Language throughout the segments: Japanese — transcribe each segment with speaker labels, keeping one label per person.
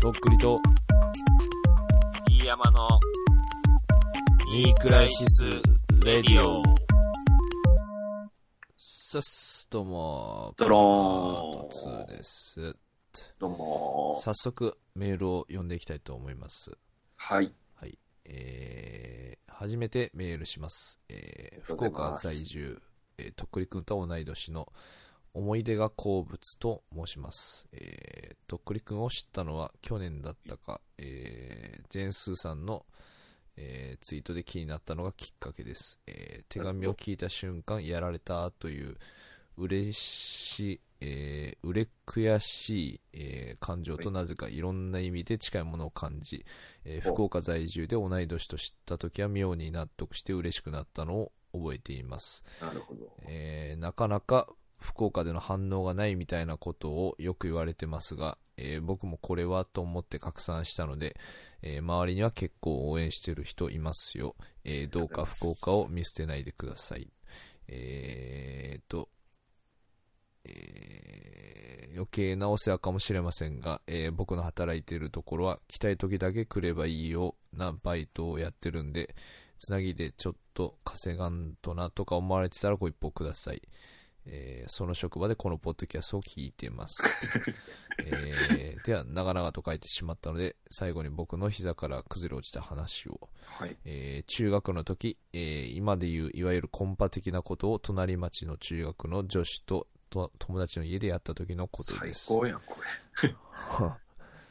Speaker 1: とっくりと、
Speaker 2: 飯山の、
Speaker 1: ニークライシス・レディオ。さっす、どうも、
Speaker 2: ドローン
Speaker 1: ーです。
Speaker 2: どうも。
Speaker 1: 早速、メールを読んでいきたいと思います。
Speaker 2: はい。
Speaker 1: はい。えー、初めてメールします。えー、
Speaker 2: ありが
Speaker 1: 福
Speaker 2: とうござい
Speaker 1: 岡
Speaker 2: ます
Speaker 1: 在住、えーとっくりくんと同い年の思い出が好物と申します。えー、とっくりくんを知ったのは去年だったか、えー、ジェンスーさんの、えーツイートで気になったのがきっかけです。えー手紙を聞いた瞬間、やられたという嬉しい、えー、うれ悔しい、えー感情となぜかいろんな意味で近いものを感じ、えー
Speaker 2: お
Speaker 1: 福岡在住で同い年と知った時は妙に納得して嬉しくなったのを覚えています、
Speaker 2: なるほど。
Speaker 1: えーなかなか福岡での反応がないみたいなことをよく言われてますが、えー僕もこれはと思って拡散したので、えー周りには結構応援してる人いますよ、えーどうか福岡を見捨てないでくださいえーっと、えー余計なお世話かもしれませんが、えー僕の働いているところは、来たい時だけ来ればいいようなバイトをやってるんで、つなぎでちょっと稼がんとなとか思われてたらご一報ください。えーその職場でこのポッドキャストを聞いて ます。えーでは、長々と書いてしまったので、最後に僕の膝から崩れ落ちた話を。
Speaker 2: はい。
Speaker 1: えー中学の時、えー今でいういわゆるコンパ的なことを隣町の中学の女子とと友達の家でやった時のこと
Speaker 2: 最
Speaker 1: です
Speaker 2: 高やん、これ。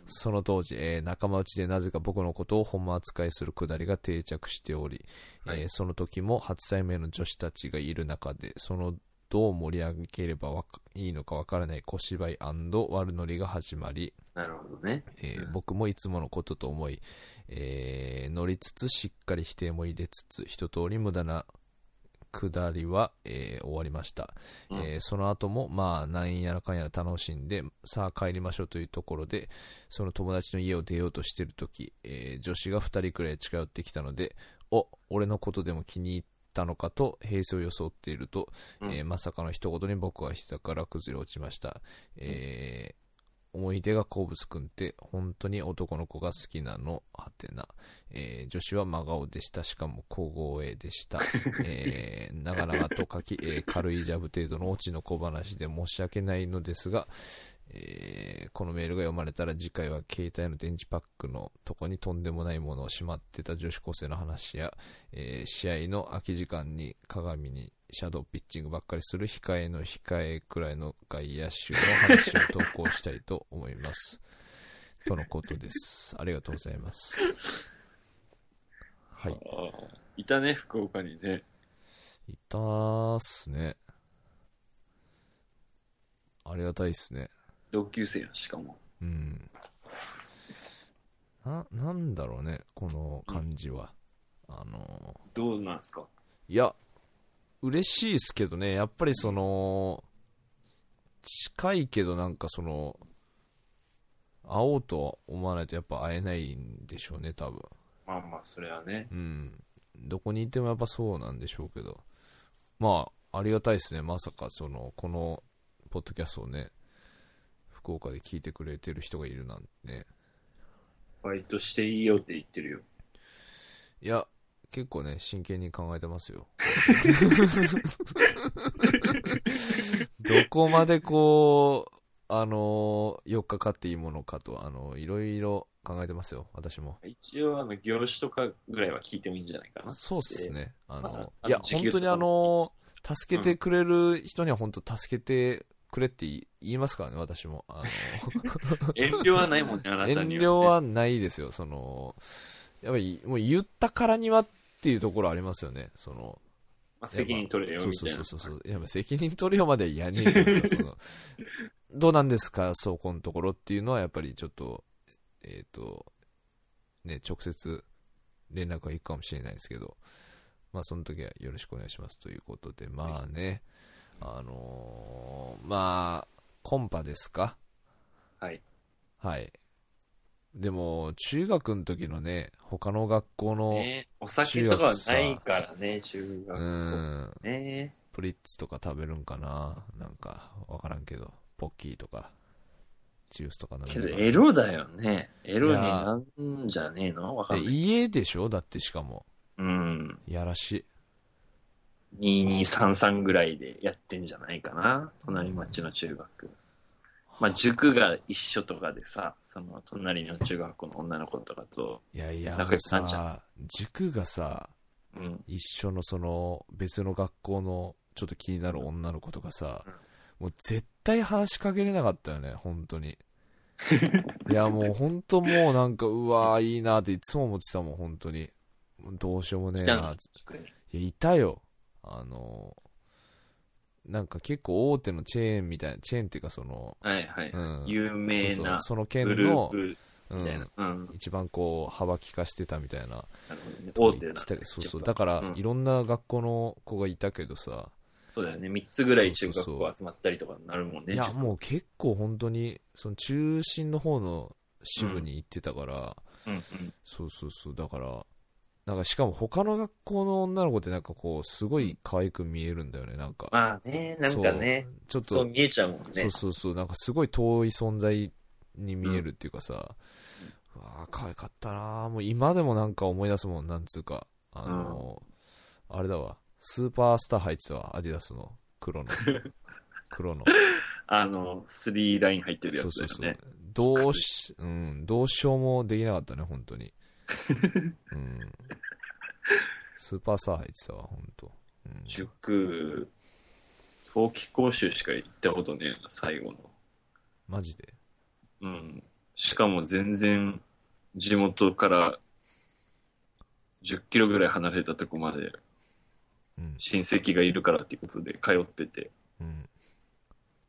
Speaker 1: その当時、えー仲間内でなぜか僕のことを本扱いするくだりが定着しており、
Speaker 2: はい
Speaker 1: えーその時も初対面の女子たちがいる中でそのどう盛り上げればわかいいのかわからない小芝居悪ノリが始まり、
Speaker 2: なるほどね。
Speaker 1: えー
Speaker 2: うん
Speaker 1: 僕もいつものことと思い、えー乗りつつしっかり否定も入れつつ一通り無駄な下りは、えー終わりました、
Speaker 2: うん
Speaker 1: えーその後もまあなんやらかんやら楽しんでさあ帰りましょうというところでその友達の家を出ようとしてる時、えー女子が2人くらい近寄ってきたのでお俺のことでも気に入ったのかと平成を装っていると、
Speaker 2: うん
Speaker 1: えーまさかの一言に僕は膝から崩れ落ちました、えー思い出が好物くんって本当に男の子が好きなのはてな、えー女子は真顔でしたしかも小声で した、えー長々と書き、えー軽いジャブ程度のオチの小話で申し訳ないのですが、えーこのメールが読まれたら次回は携帯の電池パックのとこにとんでもないものをしまってた女子高生の話や、えー試合の空き時間に鏡にシャドーピッチングばっかりする控えの控えくらいの外野手の話を投稿したいと思い ます。とのことです。ありがとうございます。はい。
Speaker 2: あーいたね、福岡にね。
Speaker 1: いたーっすね。ありがたいっすね。
Speaker 2: 同級生やん、しかも。
Speaker 1: うん。な、なんだろうね、この感じは。あのー、
Speaker 2: どうなんすか
Speaker 1: いや、嬉しいっすけどね、やっぱりその、近いけどなんかその、会おうとは思わないとやっぱ会えないんでしょうね、多分。
Speaker 2: まあまあ、それはね。
Speaker 1: うん。どこにいてもやっぱそうなんでしょうけど。まあ、ありがたいですね。まさか、その、この、ポッドキャストをね、福岡で聞いてくれてる人がいるなんてね。
Speaker 2: バイトしていいよって言ってるよ。
Speaker 1: いや、結構ね、真剣に考えてます よ。どこまでこう、あの、4日かっていいものかと、あの、いろいろ考えてますよ、私も。
Speaker 2: 一応、あの、業種とかぐらいは聞いてもいいんじゃないかな。
Speaker 1: そうっすね。あ
Speaker 2: まだ
Speaker 1: の、
Speaker 2: あ
Speaker 1: いや、
Speaker 2: の時給
Speaker 1: 本当にあの、助けてくれる人には本当助けてくれって言い言いますからね、私も。あ
Speaker 2: 遠慮はないもんね、あな
Speaker 1: の、
Speaker 2: たに
Speaker 1: 遠慮は
Speaker 2: はね、
Speaker 1: ないですよ、その、やっぱり、もう言ったからにはっていうところありますよね、その。
Speaker 2: まあ、責任取れよ、
Speaker 1: そう
Speaker 2: み
Speaker 1: そ
Speaker 2: た
Speaker 1: う
Speaker 2: いな。
Speaker 1: そうそうそう。いや、責任取るよまではやねえけどさそ の、どうなんですか、そこのところっていうのは、やっぱりちょっと、えっ、と、ね、直接連絡が行くかもしれないですけど、まあ、その時はよろしくお願いしますということで、まあね、あのーまあ、コンパですか
Speaker 2: はい。
Speaker 1: はい。でも、中学の時のね、他の学校の、
Speaker 2: ね、お酒とかはないからね、中
Speaker 1: う
Speaker 2: 学校。
Speaker 1: ん、
Speaker 2: ね
Speaker 1: プリッツとか食べるんかななんか、わからんけど、ポッキーとか。ジュースとか飲み
Speaker 2: け
Speaker 1: な
Speaker 2: ど、
Speaker 1: がら
Speaker 2: エロだよね。エロに
Speaker 1: いや
Speaker 2: なんじゃねえのわか
Speaker 1: で
Speaker 2: んない。
Speaker 1: 家でしょだってしかも。
Speaker 2: うん。
Speaker 1: やらしい。
Speaker 2: 2233ぐらいでやってんじゃないかな。隣町の中学。まあ、塾が一緒とかでさ、その隣の中学校の女の子とかと、
Speaker 1: いやいや、
Speaker 2: 仲
Speaker 1: もう
Speaker 2: 良くなっちゃう
Speaker 1: さ、塾がさ、
Speaker 2: うん。
Speaker 1: 一緒のその別の学校のちょっと気になる女の子とかさ、もう絶対話しかけれなかったよね、本当 に。いやもう本当もうなんか、うわーいいなっていつも思ってたもん、本当に。もうどうしようもねえ
Speaker 2: じゃ
Speaker 1: なっ
Speaker 2: ん
Speaker 1: ついや、いたよ。あの、なんか結構大手のチェーンみたいな、チェーンっていうかその、
Speaker 2: はいはい。
Speaker 1: うん。
Speaker 2: 有
Speaker 1: そ
Speaker 2: 名
Speaker 1: うそう
Speaker 2: な
Speaker 1: その
Speaker 2: グ
Speaker 1: 県
Speaker 2: ルー
Speaker 1: の、
Speaker 2: プ
Speaker 1: う、。
Speaker 2: みたいなんうん。なる
Speaker 1: 一番こう、幅利かしてたみたいな。
Speaker 2: ほどね
Speaker 1: とか
Speaker 2: 大手
Speaker 1: 言っ
Speaker 2: な
Speaker 1: てたけどそうそうだから、
Speaker 2: うん
Speaker 1: いろんな学校の子がいたけどさ、
Speaker 2: そうだよね。3つぐらい中学
Speaker 1: そうそうそ
Speaker 2: 校集まったりとかになるもんね。
Speaker 1: いや
Speaker 2: 塾
Speaker 1: もう結構本当にその中心の方の支部に行ってたから、
Speaker 2: うんうん。
Speaker 1: そうそうそうだからなんかしかも他の学校の女の子ってなんかこうすごい可愛く見えるんだよねなんか、
Speaker 2: まあね、なんかね、
Speaker 1: そうち
Speaker 2: そ
Speaker 1: ょ
Speaker 2: う
Speaker 1: っと
Speaker 2: 見えちゃうもんね。
Speaker 1: そうそうそうなんかすごい遠い存在に見えるっていうかさ、うわあ可愛かったなあもう今でもなんか思い出すもんなんつうかあのーあれだわスーパースター入ってたわアディダスの黒 の黒の
Speaker 2: あの、スリーライン入ってるや
Speaker 1: そう
Speaker 2: つだ
Speaker 1: そ
Speaker 2: よ
Speaker 1: うそう
Speaker 2: ね。
Speaker 1: どうし、うん、どうしようもできなかったね本当 にうんスーパースター入ってたわ本当、うん、
Speaker 2: 塾、冬季講習しか行ったことねえな、最後の。
Speaker 1: マジで
Speaker 2: うん。しかも全然、地元から10キロぐらい離れたとこまで
Speaker 1: うん
Speaker 2: 親戚がいるからっていうことで通ってて、
Speaker 1: うん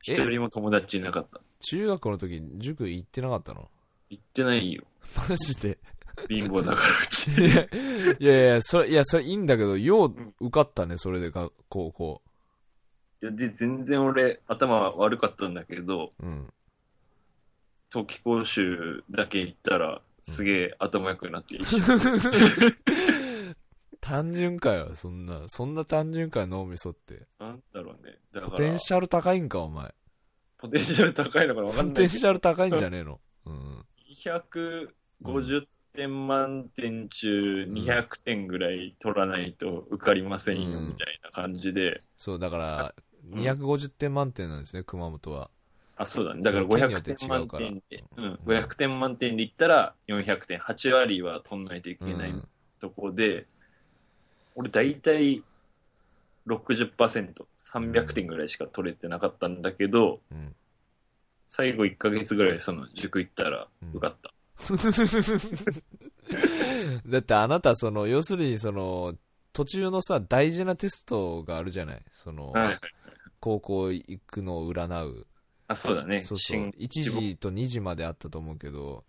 Speaker 1: え
Speaker 2: 一人も友達いなかった。
Speaker 1: 中学の時塾行ってなかったの
Speaker 2: 行ってないよ。
Speaker 1: マジで
Speaker 2: 貧乏だからう ち。
Speaker 1: いやいやいや、それ、いや、それいいんだけど、ようん受かったね、それでか、高校。
Speaker 2: いやで、全然俺、頭悪かったんだけど、
Speaker 1: うん。
Speaker 2: 冬季講習だけ行ったら、すげえ頭良くなって一緒
Speaker 1: 単純かよ、そんな。そんな単純かよ、脳みそって。
Speaker 2: なんだろうね。だから、
Speaker 1: ポテンシャル高いんか、お前。
Speaker 2: ポテンシャル高いのかわか
Speaker 1: ポ
Speaker 2: んな
Speaker 1: テ
Speaker 2: い
Speaker 1: ン
Speaker 2: け
Speaker 1: シ
Speaker 2: ど、
Speaker 1: ャル高いんじゃねえの。うん。
Speaker 2: 250点満点中200点ぐらい取らないと受かりませんよ、
Speaker 1: うん
Speaker 2: みたいな感じで、
Speaker 1: そう、だから、
Speaker 2: うん
Speaker 1: 250点満点なんですね、熊本は。
Speaker 2: あ、そうだね。だから
Speaker 1: 県によって
Speaker 2: 500点満点
Speaker 1: 違
Speaker 2: で
Speaker 1: う、か
Speaker 2: う
Speaker 1: ら
Speaker 2: ん、500点満点でいったら400点、8割は取らないといけ
Speaker 1: う
Speaker 2: ない
Speaker 1: ん。
Speaker 2: とこで、俺大体60%、300点ぐらいしか取れてなかったんだけど、
Speaker 1: うん。
Speaker 2: 最後1ヶ月ぐらいその塾行ったら
Speaker 1: うん
Speaker 2: 受かった。
Speaker 1: だってあなた、その、要するに、その、途中のさ、大事なテストがあるじゃないその、
Speaker 2: はい。
Speaker 1: 高校行くのを占う。
Speaker 2: あ、そうだね。
Speaker 1: そうそう
Speaker 2: 新
Speaker 1: 1時と2時まであったと思うけど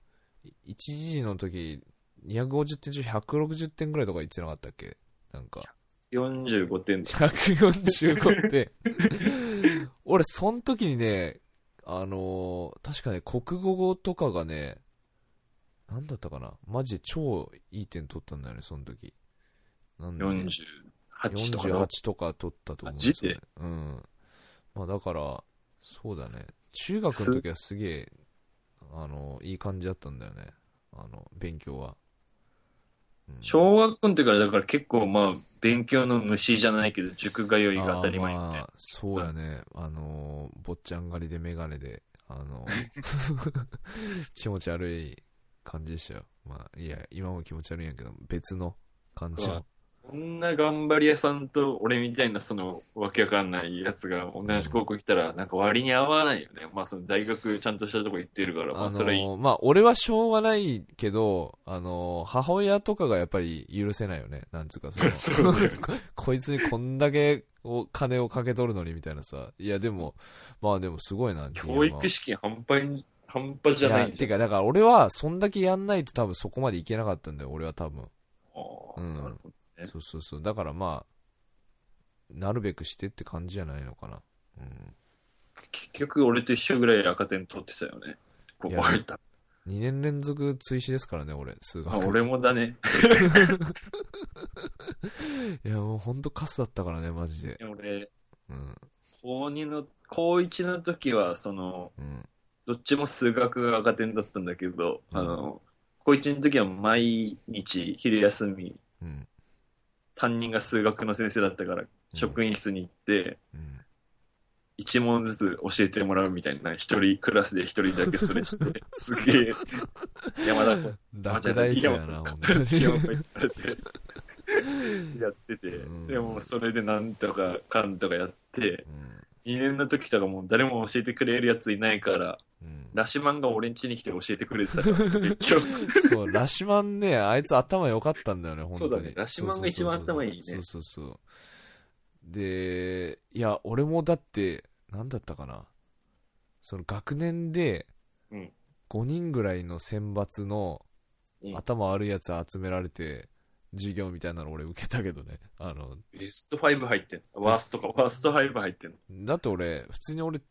Speaker 1: 1時の時250点中160点ぐらいとか言ってなかったっけなんか
Speaker 2: 45点。
Speaker 1: 145点 俺その時にねあのー確かね国語とかがねなんだったかなマジで超いい点取ったんだよねその時なんで
Speaker 2: 48とかな
Speaker 1: 48とか取ったと思うん
Speaker 2: マジ
Speaker 1: です
Speaker 2: で
Speaker 1: よね。うん。まあだから、そうだね。中学の時はすげえ、あの、いい感じだったんだよね。あの、勉強は。うん
Speaker 2: 小学校の時からだから結構まあ、勉強の虫じゃないけど、塾通いが当たり前み
Speaker 1: あー
Speaker 2: た
Speaker 1: ま
Speaker 2: いな
Speaker 1: あそうやね。あの、坊ちゃん狩りでメガネで、あ の、気持ち悪い感じでしたよ。まあ、いや、今も気持ち悪いんやけど、別の感じの。
Speaker 2: こんな頑張り屋さんと俺みたいなそのわけわかんないやつが同じ高校来たらなんか割に合わないよね。まあその大学ちゃんとしたとこ行ってるから、ま
Speaker 1: あ
Speaker 2: あそれいい。
Speaker 1: のまあ俺はしょうがないけどあの母親とかがやっぱり許せないよねなんつうかその
Speaker 2: そうだよね
Speaker 1: こ こいつにこんだけお金をかけとるのにみたいなさいやでもまあでもすごいな
Speaker 2: 教育資金半端に、半端じゃな
Speaker 1: い
Speaker 2: いん
Speaker 1: や
Speaker 2: だ
Speaker 1: て
Speaker 2: よ。
Speaker 1: かだから俺はそんだけやんないと多分そこまでいけなかったんだよ俺は多分
Speaker 2: あー
Speaker 1: うん
Speaker 2: なるほどね
Speaker 1: そうそうそうだからまあなるべくしてって感じじゃないのかなうん
Speaker 2: 結局俺と一緒ぐらい赤点取ってたよね。ここ入った。
Speaker 1: 2年連続追試ですからね俺数学
Speaker 2: あ俺もだね。
Speaker 1: いやもうほんとカスだったからねマジで
Speaker 2: 俺、
Speaker 1: うん
Speaker 2: 高2の、高1の時は、その、どっちも数学が赤点だったんだけど、
Speaker 1: うん
Speaker 2: あの、高1の時は毎日昼休み、
Speaker 1: うん。
Speaker 2: 担任が数学の先生だったから、職員室に行って、
Speaker 1: うん。
Speaker 2: 一問ずつ教えてもらうみたいな、一人、クラスで一人だけそれ して、すげえ、山田君、
Speaker 1: 落第生やな、
Speaker 2: ま
Speaker 1: 本
Speaker 2: た
Speaker 1: 当に。
Speaker 2: 山田君やってて
Speaker 1: うん、
Speaker 2: でもそれでなんとかかんとかやって、
Speaker 1: うん
Speaker 2: 2年の時とかもう誰も教えてくれるやついないから、
Speaker 1: うん
Speaker 2: ラシマンが俺ん家に来て教えてくれてたから、結局。
Speaker 1: そう、ラシマンね、あいつ頭良かったんだよね、本当に。
Speaker 2: そうだねラシマンが一番頭いいね
Speaker 1: そうそうそうそう。で、いや、俺もだって、なんだったかな。その学年で
Speaker 2: うん、
Speaker 1: 5人ぐらいの選抜の
Speaker 2: うん
Speaker 1: 頭悪いやつ集められて、授業みたいなの俺受けたけどね。あの、
Speaker 2: ベスト5入ってんの。ワーストか、ワースト5入ってんの。
Speaker 1: だって俺、普通に俺、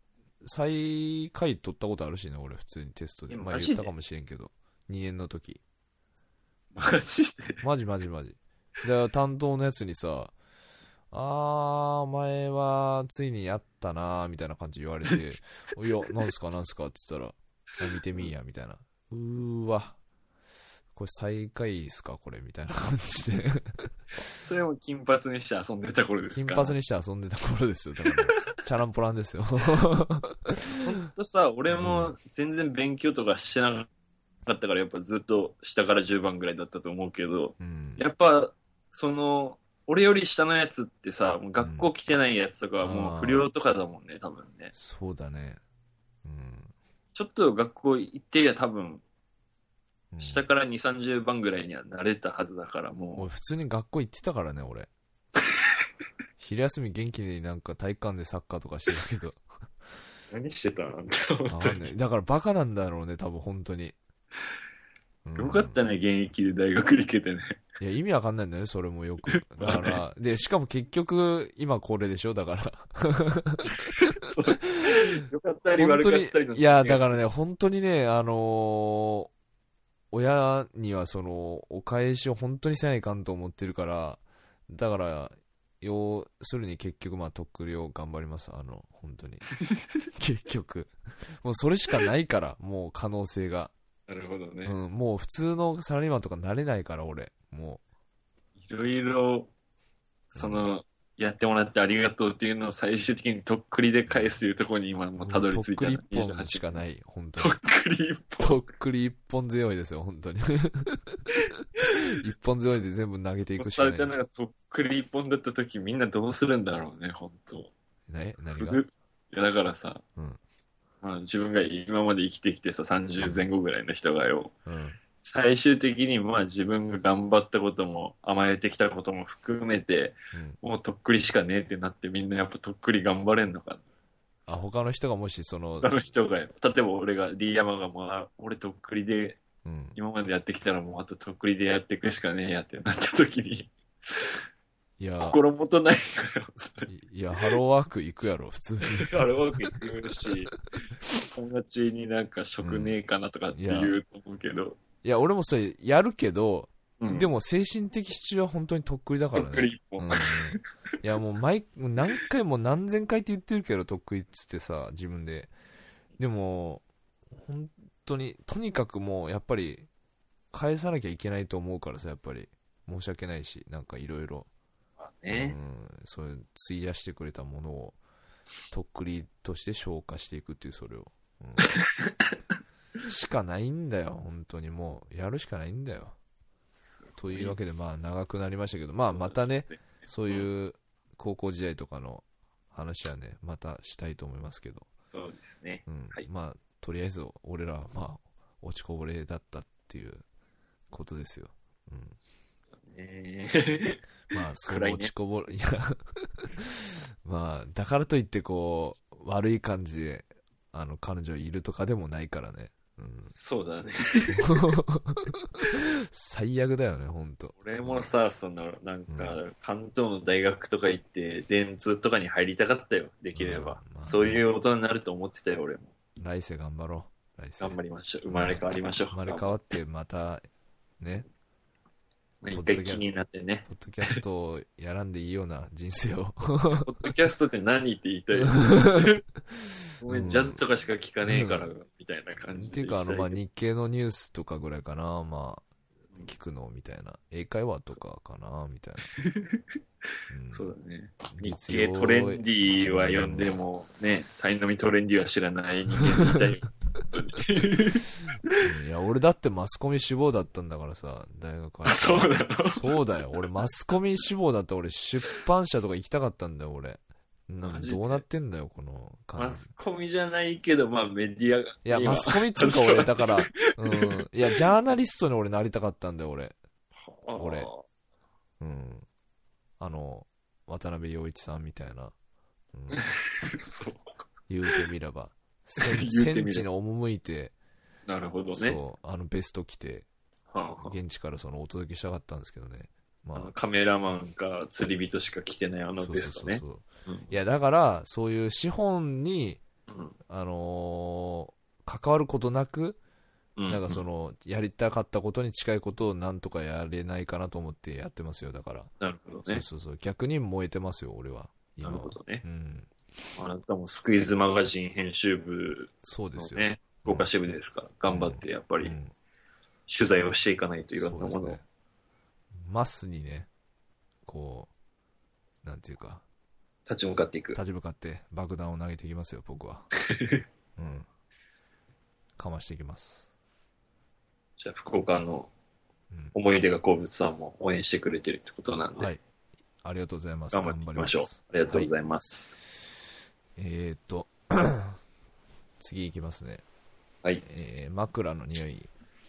Speaker 1: 最下位取ったことあるしね、俺、普通にテストで。
Speaker 2: え
Speaker 1: まあ
Speaker 2: マジ
Speaker 1: 言
Speaker 2: で
Speaker 1: ったかもしれんけど、2年の時。
Speaker 2: マジで。
Speaker 1: マジマジマジ。で、担当のやつにさ、あー、お前はついにやったなーみたいな感じで言われ て、いや、なんすかなんすかって言ったら、見てみいや、みたいな。うーわ。これ最下位っすかこれみたいな感じ で。
Speaker 2: それも金髪にして遊んでた頃です
Speaker 1: 金
Speaker 2: か
Speaker 1: 髪にして遊んでた頃ですよ。だから、チャランポランですよ。
Speaker 2: とさ、俺も全然勉強とかしてなかったから、やっぱずっと下から10番ぐらいだったと思 うけど、
Speaker 1: うん。
Speaker 2: やっぱ、その、俺より下のやつってさ、もう学校来てないやつとかはもう不良とかだもんね、多分ね。
Speaker 1: そうだね。うん。
Speaker 2: ちょっと学校行ってりゃ多分、
Speaker 1: うん
Speaker 2: 下から2、30番ぐらいには慣れたはずだから、も
Speaker 1: 俺普通に学校行ってたからね 俺昼休み元気になんか体育館でサッカーとかして たけど
Speaker 2: う。何してたなんて 思
Speaker 1: わ
Speaker 2: っ
Speaker 1: か
Speaker 2: た
Speaker 1: んないだからバカなんだろうね多分本当に、うん
Speaker 2: よかったね、現役で大学行けてね。
Speaker 1: いや意味わかんないんだよねそれもよくだからでしかも結局今これでしょだから
Speaker 2: よかったり
Speaker 1: 本
Speaker 2: 悪
Speaker 1: 当
Speaker 2: か
Speaker 1: に
Speaker 2: ったりの。
Speaker 1: いやだからね本当にねあのー親にはそのお返しを本当にせないかんと思ってるからだから要するに結局まあ特量頑張りますあの本当 に結局もうそれしかないからもう可能性が、
Speaker 2: なるほどね。
Speaker 1: うん、もう普通のサラリーマンとかなれないから俺も
Speaker 2: いろいろ、その、やってもらってありがとうっていうのを最終的にとっくりで返すというところに今
Speaker 1: う
Speaker 2: もうたどり着いた
Speaker 1: とっ
Speaker 2: な
Speaker 1: くり一本しか
Speaker 2: い。
Speaker 1: ない本当
Speaker 2: と
Speaker 1: に
Speaker 2: っくり一本。
Speaker 1: とっくり一本強いですよ本当 に一本強いで全部投げていくし
Speaker 2: さ
Speaker 1: かな
Speaker 2: れ
Speaker 1: い
Speaker 2: た
Speaker 1: です
Speaker 2: のがとっくり一本だった時みんなどうするんだろうね、本当
Speaker 1: ね、何
Speaker 2: ふ
Speaker 1: が
Speaker 2: ぐいやだからさ、
Speaker 1: うん
Speaker 2: まあ、自分が今まで生きてきてさ、30前後ぐらいの人がよ、
Speaker 1: うん。
Speaker 2: 最終的にまあ自分が頑張ったことも甘えてきたことも含めて、
Speaker 1: うん
Speaker 2: もうとっくりしかねえってなってみんなやっぱとっくり頑張れんのかな。
Speaker 1: あ、他の人がもし、その
Speaker 2: 他、の人が、例えば俺が、D 山がもう、あ俺とっくりで、
Speaker 1: うん。
Speaker 2: 今までやってきたらもうあととっくりでやっていくしかねえやってなった時に、
Speaker 1: いや、
Speaker 2: 心もとないか
Speaker 1: いや、ハローワーク行くやろ、普通に。
Speaker 2: ら、あれうまくいくし、友達になんか食ねえかなとかって言うと思うけど、
Speaker 1: いや、俺もそれ、やるけど、
Speaker 2: うん
Speaker 1: で、も精神的支柱は本当にとっくりだか
Speaker 2: と
Speaker 1: ら
Speaker 2: っくり
Speaker 1: ね。
Speaker 2: 一
Speaker 1: う
Speaker 2: 本。
Speaker 1: ん。いや、もう毎、もう何回も何千回って言ってるけど、とっくりっつってさ、自分で。でも、本当に、とにかくもう、やっぱり、返さなきゃいけないと思うからさ、やっぱり。申し訳ないし、なんかいろいろ。
Speaker 2: まあ
Speaker 1: う
Speaker 2: ね、
Speaker 1: ん、そういう費やしてくれたものをとっくりとして消化していくっていうそれを、うん しかないんだよ本当にもうやるしかないんだよというわけでまあ長くなりましたけどまあまたねそういう高校時代とかの話はねまたしたいと思いますけど、
Speaker 2: そうですね。
Speaker 1: うん
Speaker 2: はい
Speaker 1: まあとりあえず俺らはまあ落ちこぼれだったっていうことですよ、うん、
Speaker 2: ねえ
Speaker 1: まあ、そう
Speaker 2: 暗いね
Speaker 1: 落ちこぼれ、いや、 まあ、だからといって、こう、悪い感じで、あの、彼女いるとかでもないからね。うん、
Speaker 2: そうだね。
Speaker 1: 最悪だよね、ほんと。
Speaker 2: 俺もさ、その、なんか、関東の大学とか行って、電通とかに入りたかったよ、できれば。
Speaker 1: うんまあ
Speaker 2: そういう大人になると思ってたよ、俺も。
Speaker 1: 来世頑張ろう。来世。
Speaker 2: 頑張りましょう。生まれ変わりましょう。
Speaker 1: 生まれ変わって、また、ね、
Speaker 2: まあ一
Speaker 1: ポッドキ
Speaker 2: 回
Speaker 1: ャスト
Speaker 2: 気になってね。
Speaker 1: ポッドキャストをやらんでいいような人生 を。
Speaker 2: ポッドキャストって何って言いた い。ごめ
Speaker 1: うん
Speaker 2: ん、ジャズとかしか聞かねえから、みたいな感じ
Speaker 1: って
Speaker 2: で
Speaker 1: い
Speaker 2: 行
Speaker 1: う
Speaker 2: き
Speaker 1: か、あの、
Speaker 2: たいけど。
Speaker 1: まあ、日経のニュースとかぐらいかな、まあ、聞くのみたいな。英会話とかかな、みたいな。ん
Speaker 2: そうだね。日
Speaker 1: 実
Speaker 2: 経
Speaker 1: 用
Speaker 2: トレンディーは読んでも、ね、タイノミトレンディーは知らない人間み たい。
Speaker 1: うんいや、俺だってマスコミ志望だったんだからさ、大学
Speaker 2: あ、
Speaker 1: は。
Speaker 2: そうなの
Speaker 1: そうだよ、俺マスコミ志望だった俺出版社とか行きたかったんだよ、俺。なん
Speaker 2: マ
Speaker 1: か
Speaker 2: ジで
Speaker 1: どうなってんだよ、この感
Speaker 2: マ
Speaker 1: じ。
Speaker 2: スコミじゃないけど、まあメディアが。
Speaker 1: いや、
Speaker 2: 今
Speaker 1: マスコミっつうか
Speaker 2: マスコ
Speaker 1: 俺、
Speaker 2: ミ
Speaker 1: だから、うん。いや、ジャーナリストに俺なりたかったんだよ、俺。俺うん。あの、渡辺陽一さんみたいな。 うん、
Speaker 2: そう。
Speaker 1: 言うてみれば。戦
Speaker 2: 言うてみれば
Speaker 1: 戦地に赴いて、
Speaker 2: なるほどね。
Speaker 1: そう、あの、ベスト着て、
Speaker 2: はあは
Speaker 1: 現地からそのお届けしたかったんですけどね。
Speaker 2: あ
Speaker 1: ま
Speaker 2: あのカメラマンか釣り人しか来てないあのベストね
Speaker 1: そ。うそうそうそう
Speaker 2: うん
Speaker 1: いや、だから、そういう資本に、あのー関わることなく、な
Speaker 2: なん
Speaker 1: かその、やりたかったことに近いことをなんとかやれないかなと思ってやってますよ、だから。
Speaker 2: なるほどね。
Speaker 1: そうそうそう。逆に燃えてますよ、俺は。
Speaker 2: な
Speaker 1: 今
Speaker 2: る
Speaker 1: は
Speaker 2: ほどね。
Speaker 1: うん。
Speaker 2: あなたもスクイズマガジン編集部
Speaker 1: そうです
Speaker 2: の
Speaker 1: よ。
Speaker 2: ね、豪華支部ですから、頑張ってやっぱ
Speaker 1: う
Speaker 2: り
Speaker 1: ん
Speaker 2: 取材をしていかないといろん
Speaker 1: そ
Speaker 2: な
Speaker 1: うで
Speaker 2: も
Speaker 1: す
Speaker 2: のを
Speaker 1: ね。マスにね、こう、なんていうか、
Speaker 2: 立ち向かっていく。
Speaker 1: 立ち向かって爆弾を投げていきますよ、僕 は。うん。かましていきます。
Speaker 2: じゃあ、福岡の
Speaker 1: うん
Speaker 2: 思い出が好物さんも応援してくれてるってことなんで、
Speaker 1: はい。ありがとうございます。
Speaker 2: 頑張っていきましょう。ありがとうございます。
Speaker 1: えーっと、 次いきますね。
Speaker 2: はい
Speaker 1: えー枕の匂い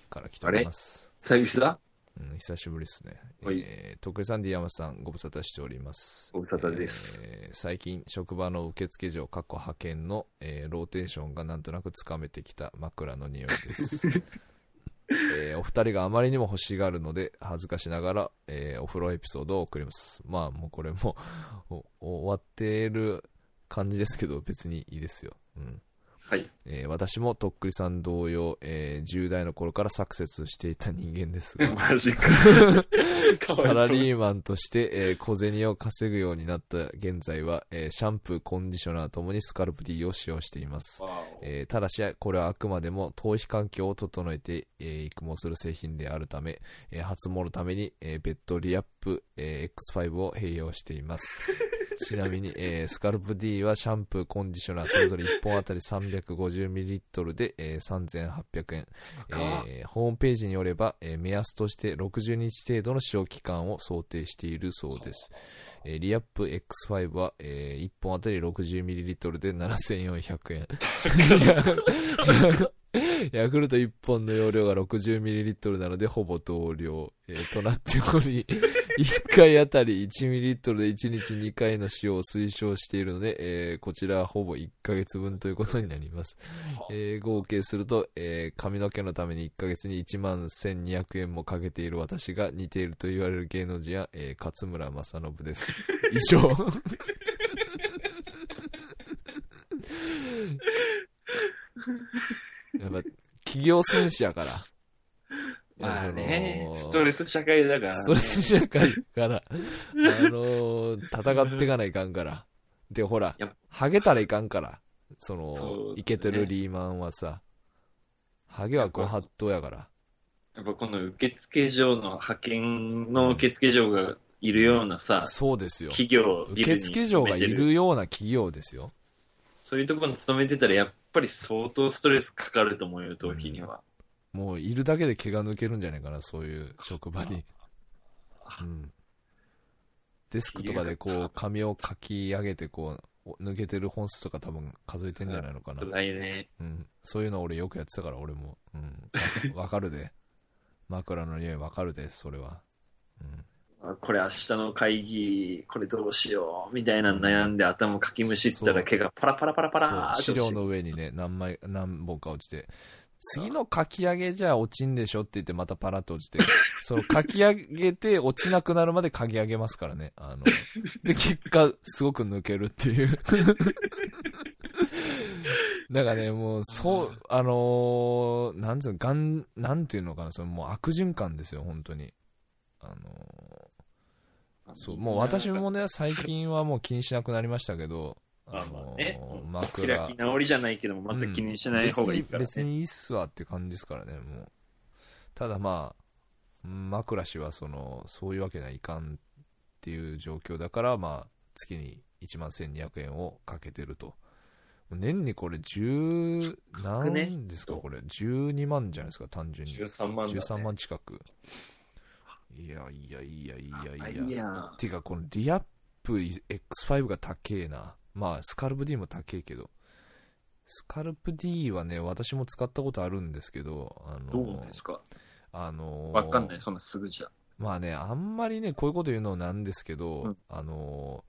Speaker 1: から来ております。
Speaker 2: 久々
Speaker 1: うん、久しぶりですね。
Speaker 2: はい
Speaker 1: えー、徳井さん、ディアマさん、ご無沙汰しております。
Speaker 2: ご無沙汰です
Speaker 1: えー最近、職場の受付嬢、過去派遣の、えーローテーションがなんとなくつかめてきた枕の匂いです。 えーお二人があまりにも欲しがるので、恥ずかしながら、えーお風呂エピソードを送ります。まあ、もうこれもお終わってる感じですけど、別にいいですよ。うん。
Speaker 2: はい。
Speaker 1: えー私もとっくりさん同様、えー10代の頃からサクセスしていた人間です が
Speaker 2: マ ジか。か
Speaker 1: サラ
Speaker 2: わいそう
Speaker 1: リーマンとして、えー小銭を稼ぐようになった現在は、えーシャンプー、コンディショナーともにスカルプ D を使用しています。
Speaker 2: わお
Speaker 1: えーただし、これはあくまでも頭皮環境を整えて、えー育毛する製品であるため、えー発毛のために、えー、ベッドリアップ、えー X5 を併用してい ます。ちなみに、えースカルプ D はシャンプー、コンディショナーそれぞれ1本あたり 350ml で、えー3800円、
Speaker 2: 高っ
Speaker 1: えーホームページによれば、えー目安として60日程度の使用期間を想定しているそうです。えーリアップ X5 は、え1本あたり 60ml で7400円。 ヤクルト1本の容量が 60ml なのでほぼ同量、えーとなっており、1回あ たり 1ml で1日2回の使用を推奨しているので、えーこちらはほぼ1ヶ月分ということになります。えー合計すると、えー髪の毛のために1ヶ月に1万1200円もかけている私が似ていると言われる芸能人や、えー勝村正信 です。以上。やっぱ、企業戦士やから。
Speaker 2: まあね、
Speaker 1: その
Speaker 2: ストレス社会だから、
Speaker 1: ストレス社会から、あのー戦っていかないかんから。で、ほら
Speaker 2: やっ、
Speaker 1: ハゲたらいかんから。そ
Speaker 2: そうだ
Speaker 1: の
Speaker 2: ね、
Speaker 1: イケてるリーマンはさ、ハゲはご法度やから。
Speaker 2: やっぱこの受付所の派遣の受付所がいるようなさ、
Speaker 1: そうですよ。
Speaker 2: 企業、ビ
Speaker 1: 受
Speaker 2: ルに
Speaker 1: 付嬢がいるような企業ですよ。
Speaker 2: そういうところに勤めてたら、やっぱり相当ストレスかかると思うよ、頭皮には。
Speaker 1: もういるだけで毛が抜けるんじゃないかな、そういう職場に。うん。デスクとかでこう、髪をかき上げて、こう、抜けてる本数とか多分数えてんじゃないのかな。
Speaker 2: 辛いね。
Speaker 1: うん、そういうの俺よくやってたから俺も、うん、わわかるで枕の匂いわかるでそれは、うん、
Speaker 2: あこれ明日の会議、これどうしよう、みたいな悩んで頭かきむしった
Speaker 1: そ
Speaker 2: ら
Speaker 1: う
Speaker 2: 毛がパラパラパラパラーって
Speaker 1: そう資料
Speaker 2: 落ちて
Speaker 1: の上にね何枚何本か落ちて次の書き上げじゃ落ちんでしょって言ってまたパラッと落ちて その書き上げて落ちなくなるまで書き上げますからねあので結果すごく抜けるっていう なんかねもうそうあのーなんつうのがんなんていうのかなそのもう悪循環ですよ本当にあのそうもう私もね最近はもう気にしなくなりましたけど
Speaker 2: まあまあね
Speaker 1: の
Speaker 2: うん
Speaker 1: 枕
Speaker 2: 開き直りじゃないけども、全く気にしない方がいいから、ね
Speaker 1: 別に別にいいっすわって感じですからねもうただまあ枕氏はそのそういうわけにはいかんっていう状況だからまあ月に1万1200円をかけてると年にこれ10
Speaker 2: くね
Speaker 1: 何ですかこれ12万じゃないですか単純に
Speaker 2: 13万だ、ね。
Speaker 1: 13万近くいやいやいやいや
Speaker 2: あ
Speaker 1: い
Speaker 2: い
Speaker 1: や
Speaker 2: いや。
Speaker 1: ていうかこのリアップ X5 が高えなまあスカルプ D も高えけどスカルプ D はね私も使ったことあるんですけどあの
Speaker 2: どうなんですか
Speaker 1: あの
Speaker 2: わかんない、そんなすぐじゃ。
Speaker 1: まあねあんまりねこういうこと言うのなんですけど、
Speaker 2: うん
Speaker 1: あの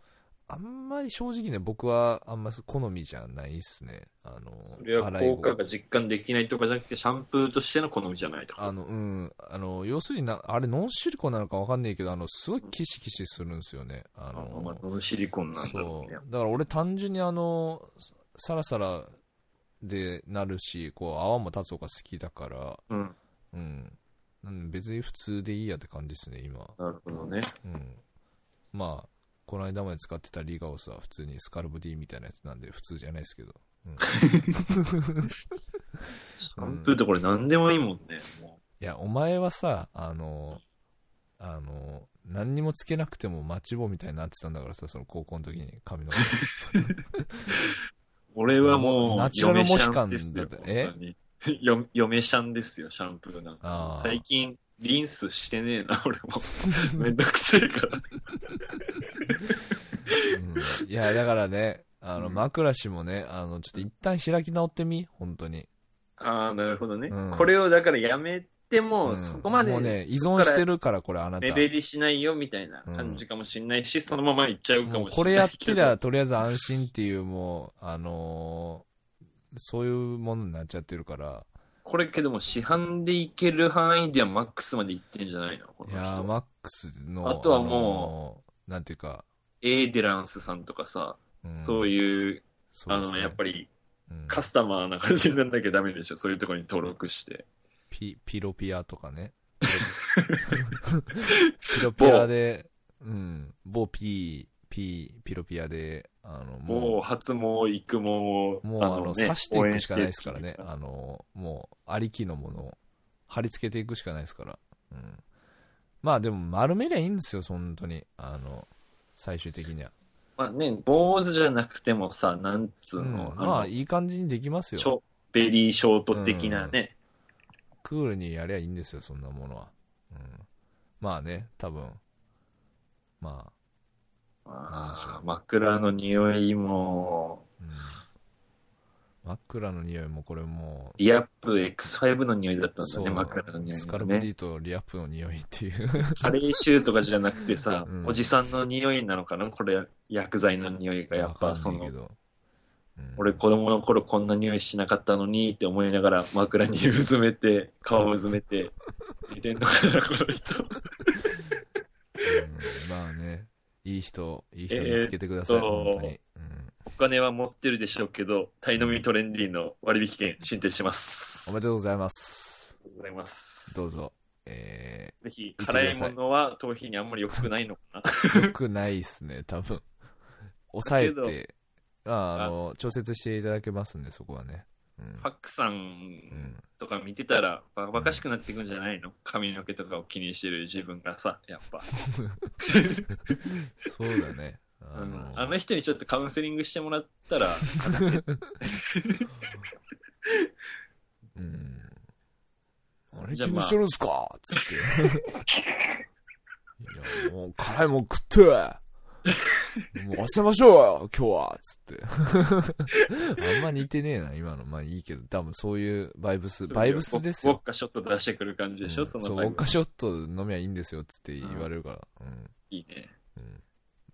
Speaker 1: あんまり正直ね僕はあんま好みじゃないっすねあの
Speaker 2: それは
Speaker 1: 洗い
Speaker 2: 効
Speaker 1: 後
Speaker 2: 果が実感できないとかじゃなくて、シャンプーとしての好みじゃないとか。
Speaker 1: あの、うん。あの、要するにな、あれ、ノンシリコンなのかわかんないけど、あの、すごいキシキシするんですよね。あ
Speaker 2: あ
Speaker 1: の、
Speaker 2: まあ、ノンシリコンなんだろ
Speaker 1: そう
Speaker 2: ね。
Speaker 1: う。だから俺、単純にあの、サラサラでなるし、こう、泡も立つ方が好きだから、
Speaker 2: うん。
Speaker 1: うん。うん、別に普通でいいやって感じですね、今。
Speaker 2: なるほどね。
Speaker 1: うん。まあ、この間まで使ってたリガオスは普通にスカルブ D みたいなやつなんで、普通じゃないですけど。うん、い
Speaker 2: シャンプーってこれ何でもいいもんね。も
Speaker 1: や、お前はさ、あの、あの、何にもつけなくてもマッチ棒みたいになってたんだからさ、その高校の時に髪の毛。
Speaker 2: う俺はもう、
Speaker 1: ナチュラルモヒカンだった
Speaker 2: 嫁シャンですよ
Speaker 1: え
Speaker 2: 本当に よ嫁シャンですよ、シャンプーなん
Speaker 1: あ
Speaker 2: か
Speaker 1: ー。
Speaker 2: 最近、リンスしてねえな、 俺 も。めんどくせえから。
Speaker 1: うんいや、だからね、あの、
Speaker 2: うん
Speaker 1: 枕氏もね、あの、ちょっと一旦開き直ってみ、本当に。
Speaker 2: ああ、なるほどね。
Speaker 1: うん
Speaker 2: これをだからやめても、
Speaker 1: うん
Speaker 2: そこまで
Speaker 1: もうね、依存してるから、これ、あなた
Speaker 2: 目。減りしないよみたいな感じかもしれないし、そのままいっちゃうか
Speaker 1: もう
Speaker 2: もしれないけど。
Speaker 1: これやってりゃ、とりあえず安心っていう、もう、あのーそういうものになっちゃってるから。
Speaker 2: これけども市販でいける範囲ではマックスまでいってんじゃないのこ
Speaker 1: い
Speaker 2: の人
Speaker 1: やー、マックスの、
Speaker 2: あとはも
Speaker 1: う、なんていうか、
Speaker 2: エーデランスさんとかさ、そう
Speaker 1: いう、
Speaker 2: いう、
Speaker 1: そう
Speaker 2: あ
Speaker 1: です
Speaker 2: の、
Speaker 1: ね
Speaker 2: やっぱり
Speaker 1: うん
Speaker 2: カスタマーな感じにならなきゃダメでしょ。そういうところに登録して。
Speaker 1: ピピロピアとか ね。ピロピアで、うん、某ピー、ピー、ピロピアで、あの、
Speaker 2: もう
Speaker 1: も
Speaker 2: 発毛、育毛を、
Speaker 1: う、もうあの、
Speaker 2: ね
Speaker 1: 刺していくしかないですから
Speaker 2: 応援
Speaker 1: ね
Speaker 2: し。てるっていう
Speaker 1: あの、もう、ありきのものを貼り付けていくしかないですから。うん。まあでも、丸めりゃいいんですよ、本当に。あの、最終的には。
Speaker 2: まあね、坊主じゃなくてもさ、なんつ
Speaker 1: う、
Speaker 2: うんの、あの、
Speaker 1: まあ、いい感じにできます
Speaker 2: ち
Speaker 1: よ。
Speaker 2: ょベリーショート的なね、
Speaker 1: クールにやりゃいいんですよ、そんなものは。うん。まあね、多分。まあ、なんでしょ
Speaker 2: ま
Speaker 1: う
Speaker 2: あ、枕の匂いも、
Speaker 1: うん枕の匂いもこれも
Speaker 2: リアップ X5 の匂いだった
Speaker 1: う、
Speaker 2: んだね、枕の匂い
Speaker 1: スカル
Speaker 2: が
Speaker 1: プ
Speaker 2: ね。
Speaker 1: D とリアップの匂いっていう。
Speaker 2: カレー臭とかじゃなくてさ、
Speaker 1: うん
Speaker 2: おじさんの匂いなのかなこれ、薬剤の匂いがやっぱそ
Speaker 1: わかんないけ、
Speaker 2: の
Speaker 1: ど、うん
Speaker 2: 俺子供の頃こんな匂いしなかったのにって思いながら枕にうずめて、顔をうずめて、寝てんのかなこの人。
Speaker 1: うんまあね、いい人、いい人見つけてください、
Speaker 2: えーっと
Speaker 1: 本当に。うん
Speaker 2: お金は持ってるでしょうけど、タイノミトレンディの割引券申請します。
Speaker 1: お
Speaker 2: あ
Speaker 1: めでとうございます。
Speaker 2: りがとうございます。
Speaker 1: どう。ぞ。え
Speaker 2: ぜひ、辛いものは頭皮にあんまり良くないのかな
Speaker 1: ー、よくないっすね、多分。抑え
Speaker 2: だ
Speaker 1: て、ああの、調節していただけますんで、そこはね。うん
Speaker 2: パックさ
Speaker 1: うんん
Speaker 2: とか見てたらバカバカしくなっていくんじゃないの髪の毛とかを気にしてる自分がさやっぱ、
Speaker 1: そうだね。あ
Speaker 2: うん
Speaker 1: の、
Speaker 2: あの人にちょっとカウンセリングしてもらったら
Speaker 1: うん。あれ気
Speaker 2: じゃあ
Speaker 1: に
Speaker 2: まあ
Speaker 1: してるんすかつって。いや、もう辛いもん食って、もう忘れましょうよ、今日はつって。あんま似てねえな、今の。まあいいけど、多分そういうバイブス、 バイブスです
Speaker 2: ウォ
Speaker 1: よ
Speaker 2: ッ。カショット出してくる感じでしょ、
Speaker 1: うん
Speaker 2: そ
Speaker 1: そう、ウ
Speaker 2: のバイ
Speaker 1: ォッ
Speaker 2: ブ
Speaker 1: カ
Speaker 2: ス
Speaker 1: ショット飲みゃいいんですよ、つって言われるから。うん。
Speaker 2: いいね
Speaker 1: うん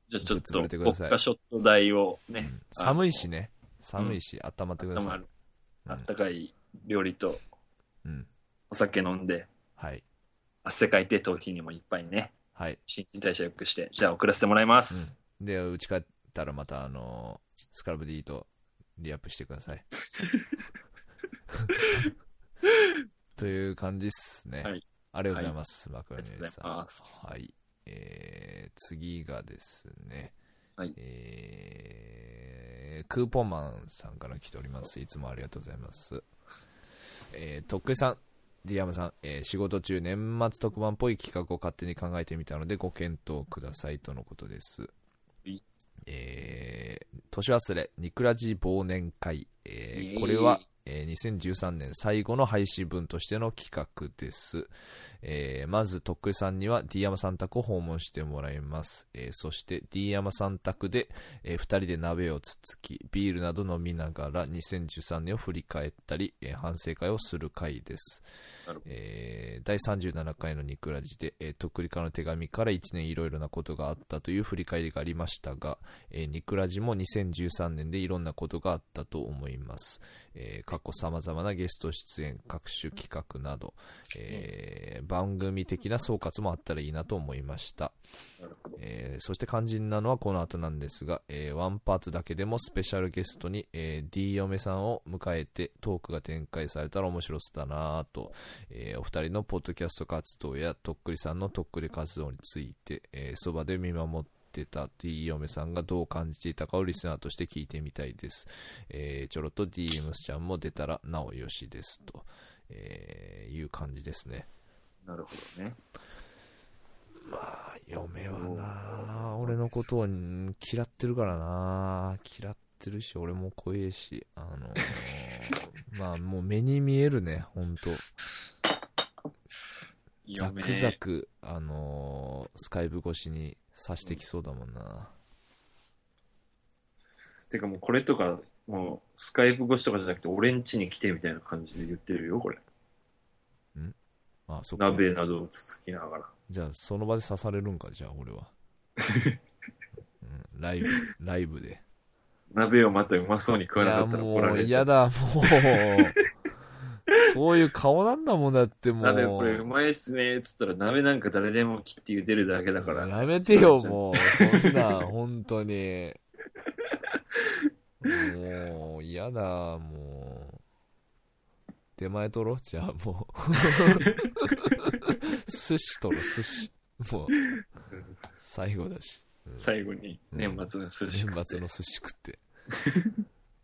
Speaker 2: じゃあちょっ
Speaker 1: ぶつぶ
Speaker 2: とウ
Speaker 1: れてく
Speaker 2: ォ
Speaker 1: ださい
Speaker 2: ッカショット代をね、
Speaker 1: 寒いしね。寒いし、温まってくだ
Speaker 2: 温
Speaker 1: さ
Speaker 2: ま
Speaker 1: い
Speaker 2: る。あったかい料理と
Speaker 1: うん。
Speaker 2: お酒飲んで
Speaker 1: はい。
Speaker 2: 汗かいて頭皮にもいっぱいね
Speaker 1: はい。
Speaker 2: 新陳代謝良くしてじゃあ送らせてもらいます、
Speaker 1: うん、で、うち帰ったらまた、あのスカルブ D とリアップしてください。という感じっすね。
Speaker 2: はい
Speaker 1: ありがとうございます。マクロ
Speaker 2: あ
Speaker 1: ニ
Speaker 2: り
Speaker 1: エ
Speaker 2: がとうご
Speaker 1: ルさ
Speaker 2: ざい
Speaker 1: ん。
Speaker 2: ます。
Speaker 1: はい。えー、次がですね、
Speaker 2: はい
Speaker 1: えー、クーポンマンさんから来ております。いつもありがとうございます。えー、とっくりさん、ディアムさん、えー仕事中年末特番っぽい企画を勝手に考えてみたのでご検討くださいとのことです
Speaker 2: い。
Speaker 1: えー、年忘れ、ニクラジ忘年会。え
Speaker 2: イエ
Speaker 1: ー
Speaker 2: イ
Speaker 1: これは、えー2013年最後の配信分としての企画です。えーまず、とっくりさんには D 山さん宅を訪問してもらいます。えーそして、D 山さん宅で、え2人で鍋をつつき、ビールなど飲みながら2013年を振り返ったり、えー反省会をする会です
Speaker 2: なるほ。ど
Speaker 1: えー第37回のニクラジで、えーとっくりからの手紙から1年いろいろなことがあったという振り返りがありましたが、えーニクラジも2013年でいろんなことがあったと思います。えー過去様々なゲスト出演、各種企画など、えー番組的な総括もあったらいいなと思いました。
Speaker 2: なるほど。
Speaker 1: えーそして肝心なのはこの後なんですが、えーワンパートだけでもスペシャルゲストに、えー D 嫁さんを迎えてトークが展開されたら面白そうだなぁと、えーお二人のポッドキャスト活動やとっくりさんのとっくり活動について、えーそばで見守ってた D 嫁さんがどう感じていたかをリスナーとして聞いてみたいです、えーちょろっと D 嫁ちゃんも出たらなおよしですと、えーいう感じですね
Speaker 2: なるほどね。
Speaker 1: 嫁はなあ俺のことをうん嫌ってるからなあ嫌ってるし俺も怖えしあの ーまあもう目に見えるねほんとザ
Speaker 2: 嫁
Speaker 1: クザクあのースカイブ越しに刺してきそうだもんな
Speaker 2: てかもうこれとか、もうスカイプ越しとかじゃなくて、俺ん家に来てみたいな感じで言ってるよ、これ。
Speaker 1: あそっか
Speaker 2: 鍋などをつつきながら。
Speaker 1: じゃあその場で刺されるんかじゃあ俺は、うん、ライブライブで
Speaker 2: 鍋をまたうまそうに食わ
Speaker 1: い
Speaker 2: なか
Speaker 1: や
Speaker 2: ったら
Speaker 1: も
Speaker 2: 怒ら
Speaker 1: う
Speaker 2: れちゃ
Speaker 1: 嫌
Speaker 2: う。
Speaker 1: だもうそういう顔なんだもんだってもう
Speaker 2: 鍋これうまいっすねっつったら鍋なんか誰でも切って茹でるだけだから。
Speaker 1: やめてよ、もう。そんな、本当に。もう、嫌だ、もう。出前取ろうじゃあ、もう。寿司取ろう、寿司。もう、
Speaker 2: うん
Speaker 1: 最後だし。
Speaker 2: 最後に年末の寿
Speaker 1: 年
Speaker 2: 司食って
Speaker 1: 末の寿司食って。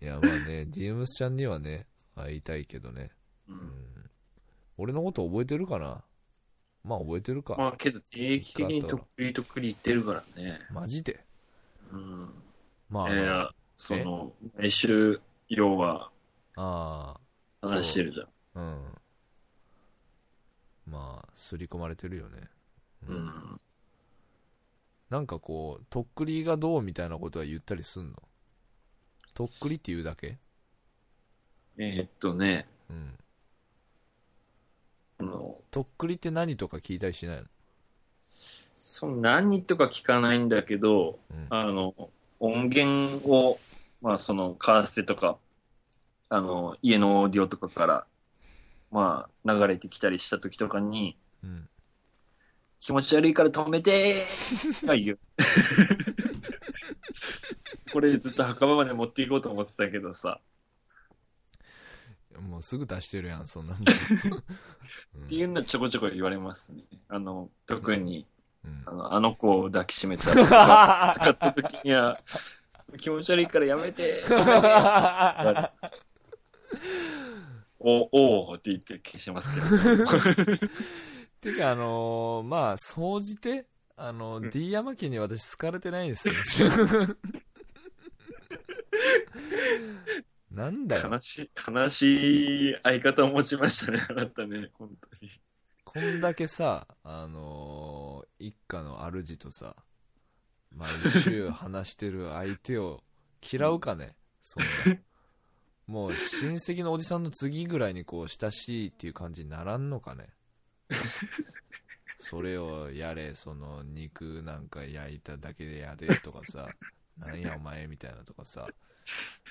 Speaker 1: いや、まあね、ディームスちゃんにはね、会いたいけどね。
Speaker 2: う
Speaker 1: うんん。俺のこと覚えてるかなまあ、覚えてる
Speaker 2: ま
Speaker 1: か。
Speaker 2: あけど定期的にとっくりとっくり言ってるからね。
Speaker 1: マジで。
Speaker 2: うん。
Speaker 1: まあ、
Speaker 2: えーその、毎週、要は
Speaker 1: ああ。
Speaker 2: 話してるじゃん。
Speaker 1: うん。まあ、刷り込まれてるよね。
Speaker 2: う
Speaker 1: うん
Speaker 2: ん。
Speaker 1: なんかこう、とっくりがどうみたいなことは言ったりすんのとっくりって言うだけ
Speaker 2: えーっとね、
Speaker 1: うん。
Speaker 2: あの、
Speaker 1: とっくりって何とか聞いたりしないの
Speaker 2: その何とか聞かないんだけど、
Speaker 1: うん。
Speaker 2: あの、音源を、まあその、カーステとか、あの、家のオーディオとかから、まあ流れてきたりした時とかに、
Speaker 1: うん。
Speaker 2: 気持ち悪いから止めてーは言う。 これずっと墓場まで持っていこうと思ってたけどさ、
Speaker 1: もうすぐ出してるやん、そんなもん。うん
Speaker 2: っていうのはちょこちょこ言われますね。あの、特に、
Speaker 1: うん
Speaker 2: あのあの子を抱きしめたら、使った時には、気持ち悪いからやめて、やめて言われますお、おーって言って消しますけど。
Speaker 1: てか、あのーまあ、総じて、あの、
Speaker 2: ん
Speaker 1: D 山家に私好かれてないんですよ。 なんだよ。
Speaker 2: 悲しい、悲しい相方を持ちましたね、あなたね、本当に。
Speaker 1: こんだけさ、あのー一家の主とさ、毎週話してる相手を嫌うかね、そんな。もう親戚のおじさんの次ぐらいにこう親しいっていう感じにならんのかね。それをやれ、その肉なんか焼いただけでやでとかさ、なんやお前みたいなとかさ、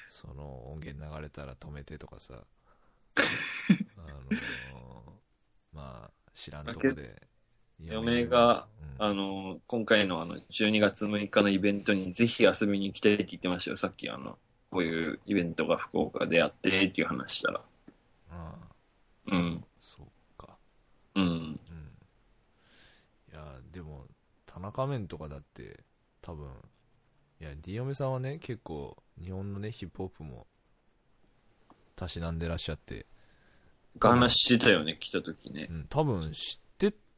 Speaker 1: その音源流れたら止めてとかさ、あのーまあ、知らんとこで。
Speaker 2: 嫁が
Speaker 1: うん、
Speaker 2: あの、今回のあの、12月6日のイベントにぜひ遊びに行きたいって言ってましたよ、さっきあの、こういうイベントが福岡であってっていう話したら。
Speaker 1: ああ
Speaker 2: うん、
Speaker 1: そうか。
Speaker 2: うん。
Speaker 1: うん。でも田中面とかだって多分いや D 嫁さんはね結構日本のねヒップホップもたしなんでらっしゃって、
Speaker 2: 話してたよね、来た時ね
Speaker 1: う。ん、多分知って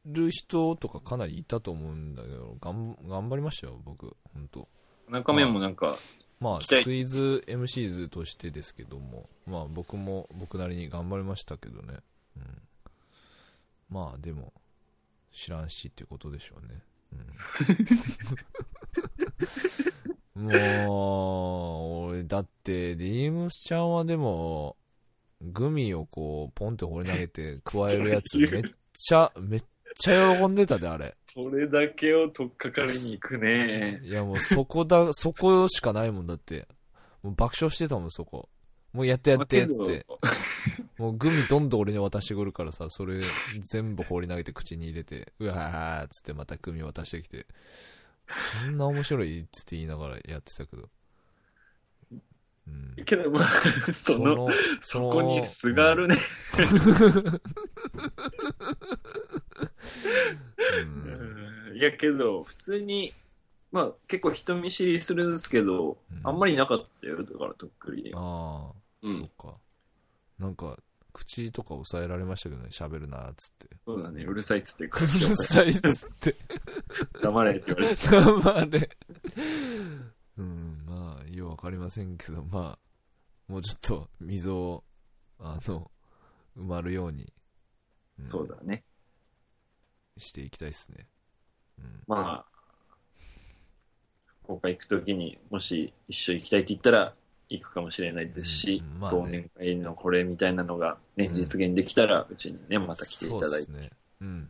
Speaker 1: る人とかかなりいたと思うんだけどがん頑張りましたよ僕本当
Speaker 2: 中面もなんか、
Speaker 1: まあ、
Speaker 2: 期
Speaker 1: ス
Speaker 2: 待
Speaker 1: クイーズ MCs としてですけども、まあ、僕も僕なりに頑張りましたけどね、うん、まあでも知らんしってことでしょうね、うん、 もう俺だってディームちゃんはでもグミをこうポンって放り投げて加えるやつ
Speaker 2: そういう
Speaker 1: めっちゃめっちゃ喜んでたであれ
Speaker 2: それだけを取っかかりに行くね。
Speaker 1: いやもうそこだ、 そこしかないもんだって。もう爆笑してたもん、そこ。もうやってやって、っつって。
Speaker 2: まあ
Speaker 1: もうグミどんどん俺に渡してくるからさ、それ全部放り投げて口に入れて、うわーっつってまたグミ渡してきて、こんな面白いっつって言いながらやってたけど。うん
Speaker 2: け。ど、けどまあ、その、、そこにすがるね。
Speaker 1: うんうん
Speaker 2: うんいやけど、普通に、まあ結構人見知りするんですけど、
Speaker 1: うん
Speaker 2: あんまりなかったよ、だからとっくりには。
Speaker 1: ああ、
Speaker 2: う
Speaker 1: そっ
Speaker 2: ん、
Speaker 1: か。なんか、口とか抑えられましたけどね、喋るなーっつ って。
Speaker 2: そうだね、うるさいっつって、
Speaker 1: うるさいっつって。
Speaker 2: 黙れって言われてた。
Speaker 1: 黙れうんまあようわかりませんけどまあもうちょっと溝をあの埋まるように、ん
Speaker 2: そうだね。
Speaker 1: していきたいですね、うん、
Speaker 2: まあ、福岡行くときにもし一緒行きたいって言ったら行くかもしれないですし、
Speaker 1: うんまあね
Speaker 2: 忘年会のこれみたいなのが、ね、
Speaker 1: うん
Speaker 2: 実現できたら、うちにね、また来ていた
Speaker 1: そう
Speaker 2: だ
Speaker 1: で
Speaker 2: い
Speaker 1: す
Speaker 2: て、
Speaker 1: ねうん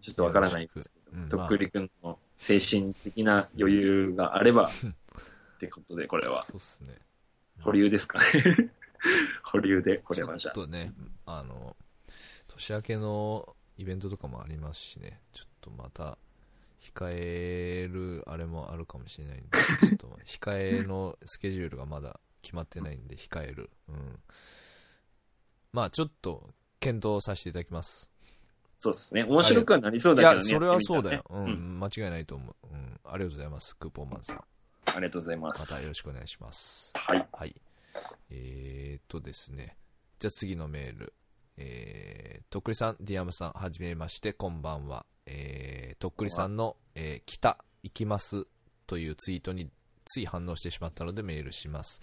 Speaker 2: ちょっとわからないですけど、
Speaker 1: よろしくうん
Speaker 2: とっくりくんの精神的な余裕があれば、ってことで、これは。
Speaker 1: そうですね
Speaker 2: 保留ですかね。 保留で、これはじ
Speaker 1: ちょ
Speaker 2: ゃ
Speaker 1: っとねあの年明けのイベントとかもありますしねちょっとまた控えるあれもあるかもしれ ないんでちょっと控えのスケジュールがまだ決まってないんで控えるうんまあちょっと検討させていただきます
Speaker 2: そうですね。面白くはなりそう
Speaker 1: い
Speaker 2: だけど
Speaker 1: や
Speaker 2: ね。
Speaker 1: それはそうだ
Speaker 2: や
Speaker 1: よ
Speaker 2: っ、て
Speaker 1: う
Speaker 2: みたらねうん。
Speaker 1: ん、間違いないと思う、うん、ありがとうございますクーポンマンさんま
Speaker 2: ありがとうございま
Speaker 1: たよ
Speaker 2: す
Speaker 1: ろ。しくお願いします
Speaker 2: はい。
Speaker 1: はい。えー、っとですね。じゃあ次のメール。えー、とっくりさん、ディアムさん、はじめまして、こんばんは。えー、とっくりさんの、えー、来た、行きますというツイートについ反応してしまったのでメールします。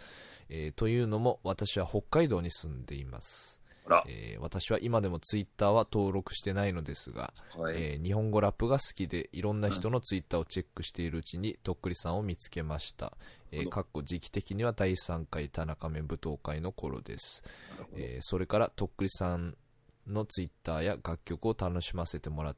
Speaker 1: えー、というのも、私は北海道に住んでいます。
Speaker 2: ほら。
Speaker 1: えー、私は今でもツイッターは登録してないのですが、
Speaker 2: はい。
Speaker 1: えー日本語ラップが好きでいろんな人のツイッターをチェックしているうちにとっくりさんを見つけました、え
Speaker 2: な
Speaker 1: ー
Speaker 2: るほど
Speaker 1: かっこ時期的には第3回田中面舞踏会の頃です、
Speaker 2: なるほど
Speaker 1: えーそれからとっくりさんのツイッターや楽曲を楽しませてもらっ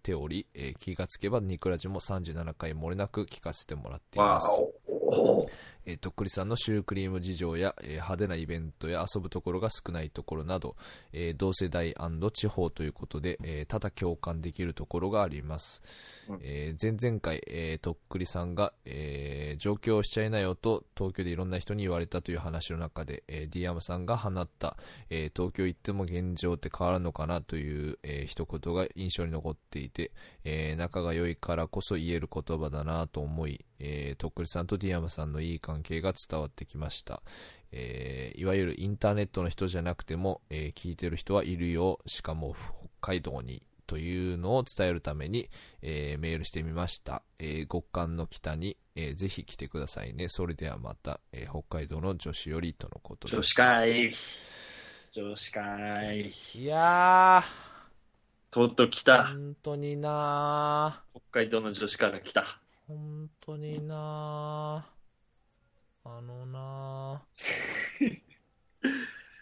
Speaker 1: ており、えー気がつけばニクラジも37回漏れなく聞かせてもらっていま
Speaker 2: わ
Speaker 1: す
Speaker 2: ーおお
Speaker 1: えーとっくりさんのシュークリーム事情や、えー派手なイベントや遊ぶところが少ないところなど、えー同世代地方ということで、えーただ共感できるところがあります、
Speaker 2: うん
Speaker 1: えー前々回、えーとっくりさんが、えー上京しちゃいなよと東京でいろんな人に言われたという話の中で、えー、ディアムさんが放った、えー東京行っても現状って変わらんのかなという、えー一言が印象に残っていて、えー仲が良いからこそ言える言葉だなと思い、えーとっくりさんとディアムさんのいい関係が伝わってきました、えーいわゆるインターネットの人じゃなくても、えー聞いてる人はいるよしかも北海道にというのを伝えるために、えーメールしてみました、えー極寒の北に、えーぜひ来てくださいねそれではまた、えー北海道の女子よりとのことです
Speaker 2: 女子会。女子会。
Speaker 1: いや
Speaker 2: とうとう来
Speaker 1: ー
Speaker 2: た。
Speaker 1: 本当になー
Speaker 2: 北海道の女子から来た。
Speaker 1: 本当になああのなあ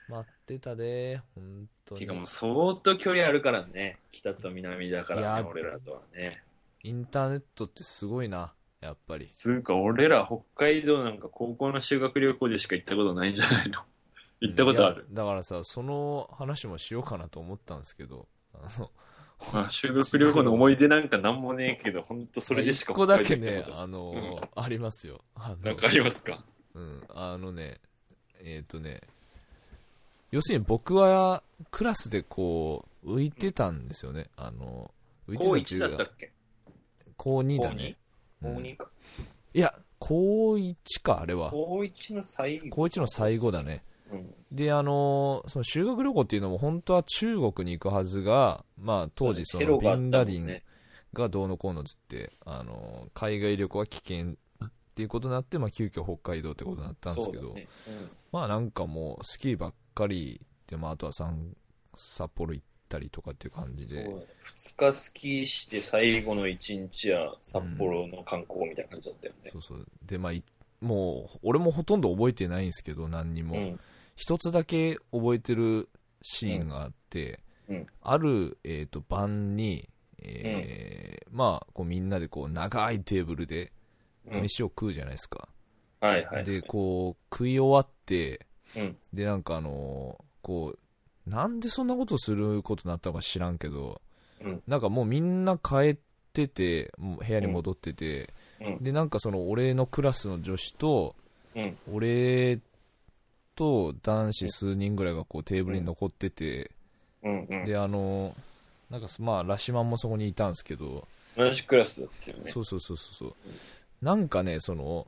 Speaker 1: 待ってたで本当
Speaker 2: てかも
Speaker 1: に
Speaker 2: う相当距離あるからね。北と南だから
Speaker 1: い
Speaker 2: ね、
Speaker 1: や
Speaker 2: 俺らとはね。
Speaker 1: インターネットってすごいなやっぱり
Speaker 2: つうか俺ら北海道なんか高校の修学旅行でしか行ったことないんじゃないの行ったことある
Speaker 1: い。やだからさその話もしようかなと思ったんですけどあの
Speaker 2: まあ、修学旅行の思い出なんかなんもねえけど、ほんとそれでしか
Speaker 1: 一個だけ
Speaker 2: 北海
Speaker 1: ね
Speaker 2: 道行ったこ
Speaker 1: あの、ありますよあの
Speaker 2: となんかありますか
Speaker 1: うん、あのね、えっ、とね、要するに僕はクラスでこう、浮いてたんですよね。あの、浮いてたっていう
Speaker 2: 高1だっ
Speaker 1: か
Speaker 2: たっけ
Speaker 1: 高2
Speaker 2: 高
Speaker 1: だね
Speaker 2: 2?。高
Speaker 1: うん
Speaker 2: 2か。
Speaker 1: いや、高1か、あれは。
Speaker 2: 高1の最後。
Speaker 1: 高1の最後だね。
Speaker 2: うん。
Speaker 1: で、あのーその修学旅行っていうのも本当は中国に行くはずが、まあ当時そ
Speaker 2: テ
Speaker 1: の
Speaker 2: ロ
Speaker 1: ビ
Speaker 2: があった
Speaker 1: ンラデ
Speaker 2: も
Speaker 1: ィ
Speaker 2: ん
Speaker 1: ン
Speaker 2: ね
Speaker 1: がどうのこうのっつって、あのー海外旅行は危険っていうことになって、まあ急遽北海道ってことになったんですけ
Speaker 2: そう
Speaker 1: ど、
Speaker 2: だね
Speaker 1: まあなんかもうスキーばっかりで、まああとはさん札幌行ったりとかっていう感じ
Speaker 2: うん
Speaker 1: で
Speaker 2: そ、う2日スキーして最後の1日は札幌の観光みたいな感じだったよね。
Speaker 1: そうそう。で、まあいもう俺もほとんど覚えてないんですけど、何にも。
Speaker 2: うん。
Speaker 1: 一つだけ覚えてるシーンがあって、
Speaker 2: うんうん
Speaker 1: ある、えー、と晩に、えーまあこうみんなでこう長いテーブルで
Speaker 2: うん
Speaker 1: 飯を食うじゃないですか、
Speaker 2: はいはい。
Speaker 1: でこう食い終わって
Speaker 2: うん。
Speaker 1: でなんかあのーこうなんでそんなことすることになったのか知らんけど、
Speaker 2: うん
Speaker 1: なんかもうみんな帰っててもう部屋に戻ってて、
Speaker 2: うん
Speaker 1: でなんかその俺のクラスの女子と、
Speaker 2: うん。
Speaker 1: 俺と男子数人ぐらいがこうテーブルに残ってて、
Speaker 2: うん。うん。
Speaker 1: であのなんかまあラシマンもそこにいたんですけど、
Speaker 2: 同じクラスだったよね。
Speaker 1: そうそうそうそうそうなんかねその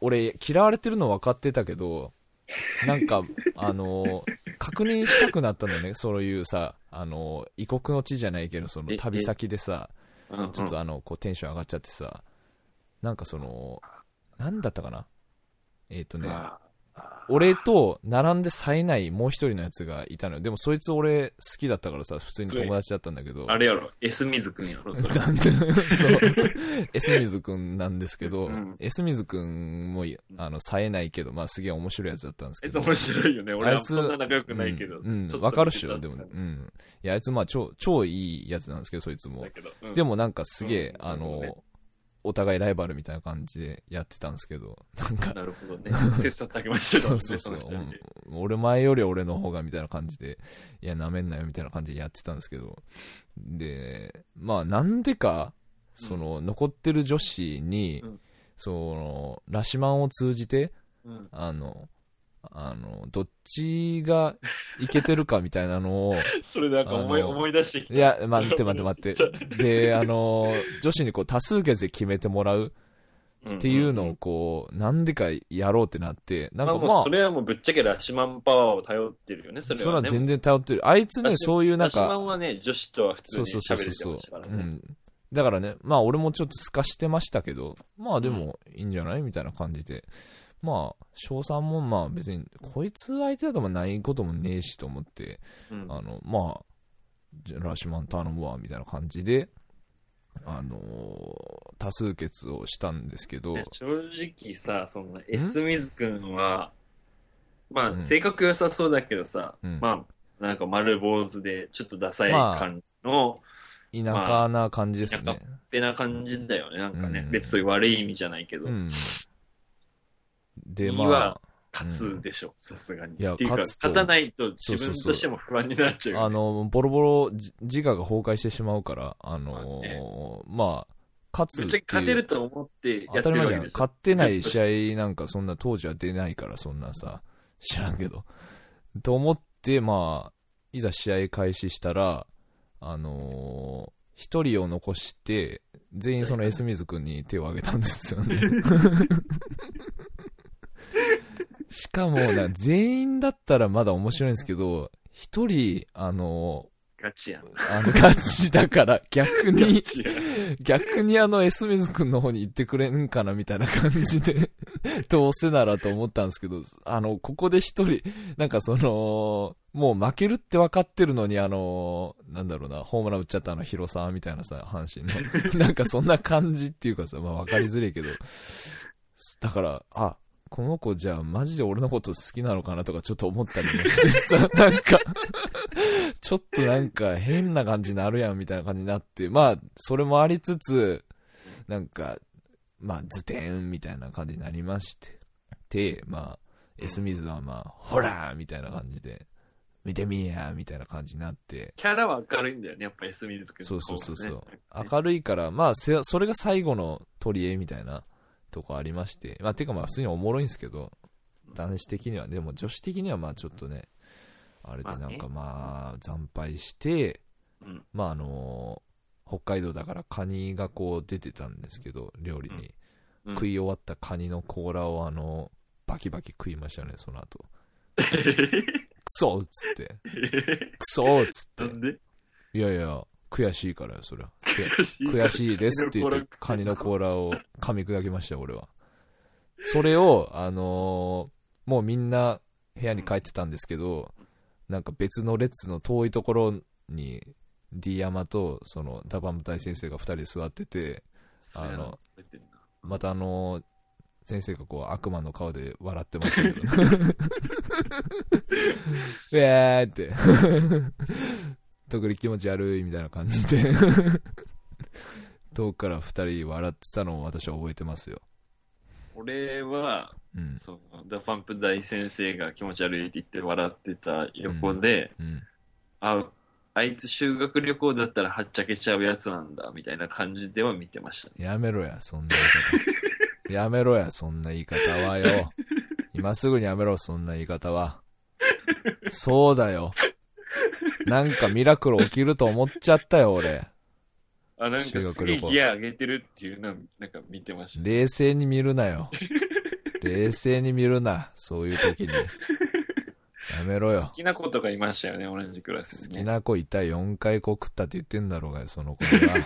Speaker 1: 俺嫌われてるの分かってたけどなん かあの確認したくなったんだよねそういうさあの異国の地じゃないけどその
Speaker 2: え
Speaker 1: 旅先でさ
Speaker 2: うんうん
Speaker 1: ちょっとあのこうテンション上がっちゃってさなんかそのなんだったかなえっ、とね
Speaker 2: ああ
Speaker 1: 俺と並んで冴えないもう一人のやつがいたのよでもそいつ俺好きだったからさ普通に友達だったんだけど
Speaker 2: あれやろ、エスミズくんやろ、そ れ。
Speaker 1: なんでそうエスミズくんなんですけど
Speaker 2: うん
Speaker 1: エスミズくんもいあの冴えないけどまあすげえ面白いやつだったんです
Speaker 2: あ
Speaker 1: け
Speaker 2: いつ
Speaker 1: ど
Speaker 2: 面白いよね。俺
Speaker 1: あい
Speaker 2: は
Speaker 1: つ
Speaker 2: そんな仲良くないけど。
Speaker 1: うんうん
Speaker 2: ちょっと
Speaker 1: わかるっしょ
Speaker 2: 見て
Speaker 1: で
Speaker 2: た
Speaker 1: もうんいやあいつまあ超超いいやつなんですけどそいつも
Speaker 2: だけど。うん
Speaker 1: で、もなんかすげえ
Speaker 2: うん
Speaker 1: あ
Speaker 2: なるほどね
Speaker 1: のお互いライバルみたいな感じでやってたんですけどなんか
Speaker 2: なるほどね。切磋琢磨してた
Speaker 1: そ
Speaker 2: もん
Speaker 1: う
Speaker 2: ね、
Speaker 1: そうそう
Speaker 2: の二人で。
Speaker 1: うん俺前より俺の方がみたいな感じで、いや、なめんなよみたいな感じでやってたんですけど、で、まあ、なんでか、その、残ってる女子に、
Speaker 2: うん
Speaker 1: その、ラシマンを通じて、
Speaker 2: うん
Speaker 1: あの、あの、どっちがいけてるかみたいな のを、
Speaker 2: それなんか思い
Speaker 1: あの
Speaker 2: 思い出してきた。
Speaker 1: いや、待って待って待って。で、あの、女子にこう多数決で決めてもらう
Speaker 2: うん
Speaker 1: っていうの
Speaker 2: ん
Speaker 1: をこう、なんでかやろうってなって、なん
Speaker 2: ま
Speaker 1: か
Speaker 2: あ、
Speaker 1: まあ、
Speaker 2: もうそれはもうぶっちゃけラシマンパワーを頼ってるよね、そ
Speaker 1: それ
Speaker 2: れは
Speaker 1: は
Speaker 2: ね。
Speaker 1: 全然頼ってる。あいつね、
Speaker 2: ラシ
Speaker 1: そういうなん
Speaker 2: ラシマ
Speaker 1: か、
Speaker 2: ンはね、女子とは普通
Speaker 1: そう
Speaker 2: に
Speaker 1: そうそう
Speaker 2: 喋
Speaker 1: そう
Speaker 2: れてましたから
Speaker 1: う
Speaker 2: ね。
Speaker 1: ん。だからね、まあ俺もちょっと透かしてましたけど、まあでもいいんじゃないみたいな感じで。まあ、翔さんもまあ別に、こいつ相手だともないこともねえしと思って、
Speaker 2: うん
Speaker 1: あの、まあ、じゃあラシマン頼むわ、みたいな感じで、あのー多数決をしたんですけど、
Speaker 2: ね正直さ、そのエスミズくんは、ま
Speaker 1: うん
Speaker 2: あ、性格良さそうだけどさ、
Speaker 1: うん
Speaker 2: まあ、なんか丸坊主で、ちょっとダサい感じの、
Speaker 1: 田舎な感じですね。
Speaker 2: まあ田ペな感じだよね、なんか
Speaker 1: う
Speaker 2: ね
Speaker 1: ん。
Speaker 2: 別に悪い意味じゃないけど
Speaker 1: う、ん。で、
Speaker 2: いい
Speaker 1: まあ
Speaker 2: わ、勝つでしょ、さすがに。
Speaker 1: いや
Speaker 2: っていうか、
Speaker 1: 勝つと
Speaker 2: 勝たないと
Speaker 1: そうそ
Speaker 2: 自
Speaker 1: うそう
Speaker 2: 分としても不安になっちゃうよ
Speaker 1: あ
Speaker 2: ね。
Speaker 1: の、ボロボロじ自我が崩壊してしまうから、あ
Speaker 2: ま
Speaker 1: の
Speaker 2: あね
Speaker 1: まあ、
Speaker 2: ぶ
Speaker 1: 勝つ
Speaker 2: っ
Speaker 1: っ
Speaker 2: ち
Speaker 1: て
Speaker 2: ゃ
Speaker 1: いう。
Speaker 2: け勝てると思ってや
Speaker 1: 当
Speaker 2: ったて
Speaker 1: り前
Speaker 2: る
Speaker 1: じ
Speaker 2: わけ
Speaker 1: ゃん。
Speaker 2: でしょ。
Speaker 1: 勝ってない試合なんかそんな当時は出ないから、そんなさ、知らんけど。と思って、まあ、いざ試合開始したら、あの一人を残して、全員そのエスミズ君に手を挙げたんですよね。 しかもな、全員だったらまだ面白いんですけど、一人、あの
Speaker 2: ガチや
Speaker 1: あ
Speaker 2: ん。
Speaker 1: の、ガチだから、逆に
Speaker 2: ガ、チやん
Speaker 1: 逆にあの、エスミズ君の方に行ってくれんかな、みたいな感じで、 どうせならと思ったんですけど、あの、ここで一人、なんかその、もう負けるって分かってるのに、あの、なんだろうな、ホームラン打っちゃったあの、広沢みたいなさ、阪神の、なん かそんな感じっていうかさ、まあ分かりづらいけど、だから、あ、この子じゃあマジで俺のこと好きなのかなとかちょっと思ったりもしてさ、なんか、ちょっとなんか変な感じになるやんみたいな感じになって、まあ、それもありつつ、なんか、まあ、図点みたいな感じになりまして、で、まあ、エスミズはまあ、ほらーみたいな感じで、見てみーやーみたいな感じになって、
Speaker 2: キャラは明るいんだよね、やっぱエスミズ君
Speaker 1: そうそうそうそう
Speaker 2: 赤
Speaker 1: 明るいから、まあ、せそれが最後の取り柄みたいなとこありまして、まあ、てかまあ、普通におもろいんですけど、男子的には、でも女子的にはまあ、ちょっとね、あれでなんかまあ、惨敗して、
Speaker 2: うん
Speaker 1: まあ、あの北海道だからカニがこう出てたんですけど、料理に。
Speaker 2: うん
Speaker 1: 食い終わったカニの甲羅をあの、バキバキ食いましたね、その後。クソっつ って。クソっつ
Speaker 2: な
Speaker 1: っ
Speaker 2: んで
Speaker 1: て。いやいや、悔しいからよ、それは。
Speaker 2: 悔しい
Speaker 1: 悔しいですって言って、カニの甲羅を噛み砕きましたよ、俺は。それを、あのーもうみんな部屋に帰ってたんですけど、なんか別の列の遠いところに、D 山と、その、ダバム大先生が二人で座ってて、
Speaker 2: そうやな
Speaker 1: あの
Speaker 2: 覚えてるな
Speaker 1: またあのー先生がこう悪魔の顔で笑ってましたけど。うえーって。特に気持ち悪いみたいな感じで。遠くから二人笑ってたのを私は覚えてますよ。
Speaker 2: 俺は、
Speaker 1: うん。
Speaker 2: その、ダパンプ大先生が気持ち悪いって言って笑ってた横で、
Speaker 1: うん。
Speaker 2: あ、あいつ修学旅行だったらはっちゃけちゃうやつなんだ、みたいな感じでは見てましたね。
Speaker 1: やめろや、そんな言い方。やめろや、そんな言い方はよ。今すぐにやめろ、そんな言い方は。そうだよ。なんかミラクル起きると思っちゃったよ、俺。
Speaker 2: あ、なんか
Speaker 1: 修
Speaker 2: す
Speaker 1: 学
Speaker 2: げえ
Speaker 1: 旅行
Speaker 2: ギア上げてるっていうのは、なんか見てましたね。
Speaker 1: 冷静に見るなよ。冷静に見るな、そういう時に。やめろ
Speaker 2: 好
Speaker 1: よ。
Speaker 2: きな子とかいましたよね、同じクラス
Speaker 1: 好き
Speaker 2: に、ね。
Speaker 1: な子いた4回告ったって言ってんだろうがよ、その子には。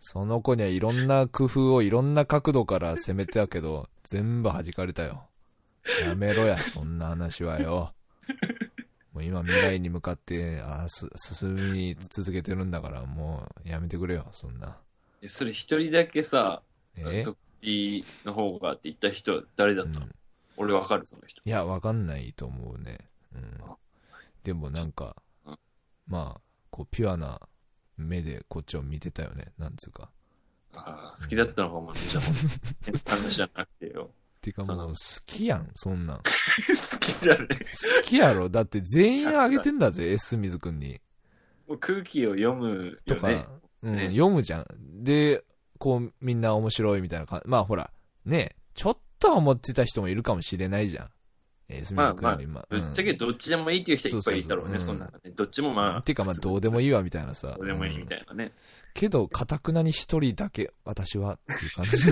Speaker 1: その子にはいろんな工夫をいろんな角度から攻めてたけど、全部弾かれたよ。やめろや、そんな話はよ。もう今未来に向かって、あす進み続けてるんだから、もうやめてくれよ、そんな。
Speaker 2: えそれ一人だけさ、
Speaker 1: え
Speaker 2: 特技の方がって言った人、誰だったの、
Speaker 1: うん
Speaker 2: 俺わかる、その人。
Speaker 1: いや、わかんないと思うね。うん
Speaker 2: あ。
Speaker 1: でもなんか
Speaker 2: うん、
Speaker 1: まあ、こう、ピュアな目でこっちを見てたよね、なんつう か。
Speaker 2: ああ、好きだったのかもね、じゃあ、話じゃなくてよ。
Speaker 1: てか
Speaker 2: そう
Speaker 1: も
Speaker 2: な
Speaker 1: う、
Speaker 2: の
Speaker 1: 好きやん、そんなん。好
Speaker 2: 好きだね。
Speaker 1: きやろだって全員あげてんだ ぜ、S 水くんに。
Speaker 2: もう空気を読む
Speaker 1: と
Speaker 2: よ
Speaker 1: か、
Speaker 2: ね。
Speaker 1: うん、
Speaker 2: ね
Speaker 1: 読むじゃん。で、こう、みんな面白いみたいな感じ。まあ、ほら、ね、ちょっとは思ってた人もいるかもしれないじゃん。S 水くんより、まあ、
Speaker 2: ぶっちゃけどっちでもいいっていう人いっぱいいたろうね、
Speaker 1: そうそそ
Speaker 2: そう
Speaker 1: うん
Speaker 2: なのね。どっちもまあ。
Speaker 1: てか、まあ、どうでも
Speaker 2: いい。
Speaker 1: いいわ、みたいなさ。
Speaker 2: どうでもいいみたいなね。
Speaker 1: けど、かたくなに一人だけ、私はっていう感じ。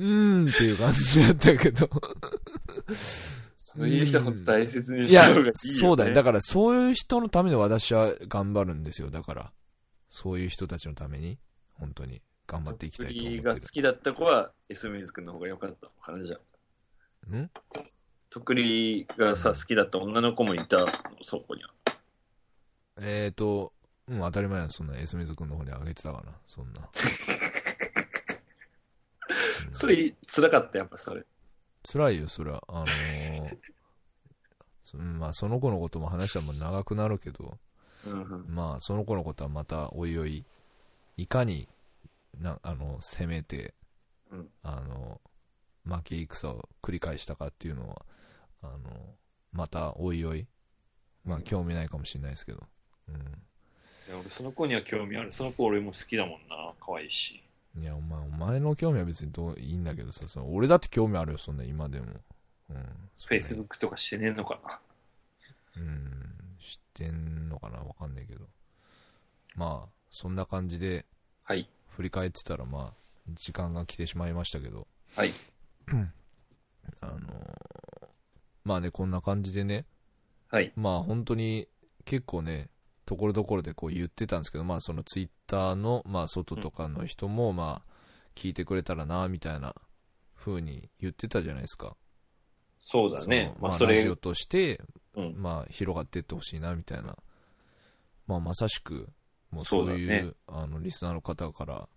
Speaker 1: うーんっていう感じだったけど。
Speaker 2: そういう人ほんと大切に
Speaker 1: い
Speaker 2: し
Speaker 1: や
Speaker 2: た方がいいよ、ね。
Speaker 1: そうだよ。だから、そういう人のために私は頑張るんですよ。だから、そういう人たちのために、本当に頑張っていきたいと思
Speaker 2: 得
Speaker 1: っ
Speaker 2: 意
Speaker 1: て
Speaker 2: が好きだった子は、エスミズ君の方が良かったのかな、じゃあ。
Speaker 1: る。ん
Speaker 2: とくりがさ、好きだった女の子もいたの、そこには。
Speaker 1: えっ、ー、と、うん、当たり前やんそんな、エスミズ君の方にあげてたかな、そんな。うん
Speaker 2: それ、辛かった、やっぱそれ。
Speaker 1: 辛いよそれはあのーそうんまあその子のことも話したらもう長くなるけど
Speaker 2: うんうん。
Speaker 1: まあその子のことはまたおいおいいかになあの攻めて、
Speaker 2: うん
Speaker 1: あの負け戦を繰り返したかっていうのはあのまたおいおいまあ興味ないかもしれないですけど、う
Speaker 2: いや俺、その子には興味ある。その子、俺も好きだもんな。可愛いし。
Speaker 1: ん、いやお前お前の興味は別にどういいんだけどさその俺だって興味あるよそんな今でも、うん、そんな
Speaker 2: Facebook とかしてねえのかな。
Speaker 1: うん、知ってんのかなわかんないけど。まあ、そんな感じで
Speaker 2: はい。
Speaker 1: 振り返ってたら、まあ、時間が来てしまいましたけど、
Speaker 2: はい。
Speaker 1: あのーまあね、こんな感じでね、
Speaker 2: はい。
Speaker 1: まあ本当に結構ね、ところどころでこう言ってたんですけど、まあそのツイッターの、まあ外とかの人も、まあ、聞いてくれたらな、みたいな風に言ってたじゃないですか。
Speaker 2: そうだね。
Speaker 1: その
Speaker 2: まあ、
Speaker 1: まあ、
Speaker 2: そ
Speaker 1: ラ
Speaker 2: れ
Speaker 1: ジオ、として、
Speaker 2: うん
Speaker 1: まあ、広がっていってほしいなみたいな、まあ、まさしくもうそういう
Speaker 2: そうだね
Speaker 1: あのリスナーの方から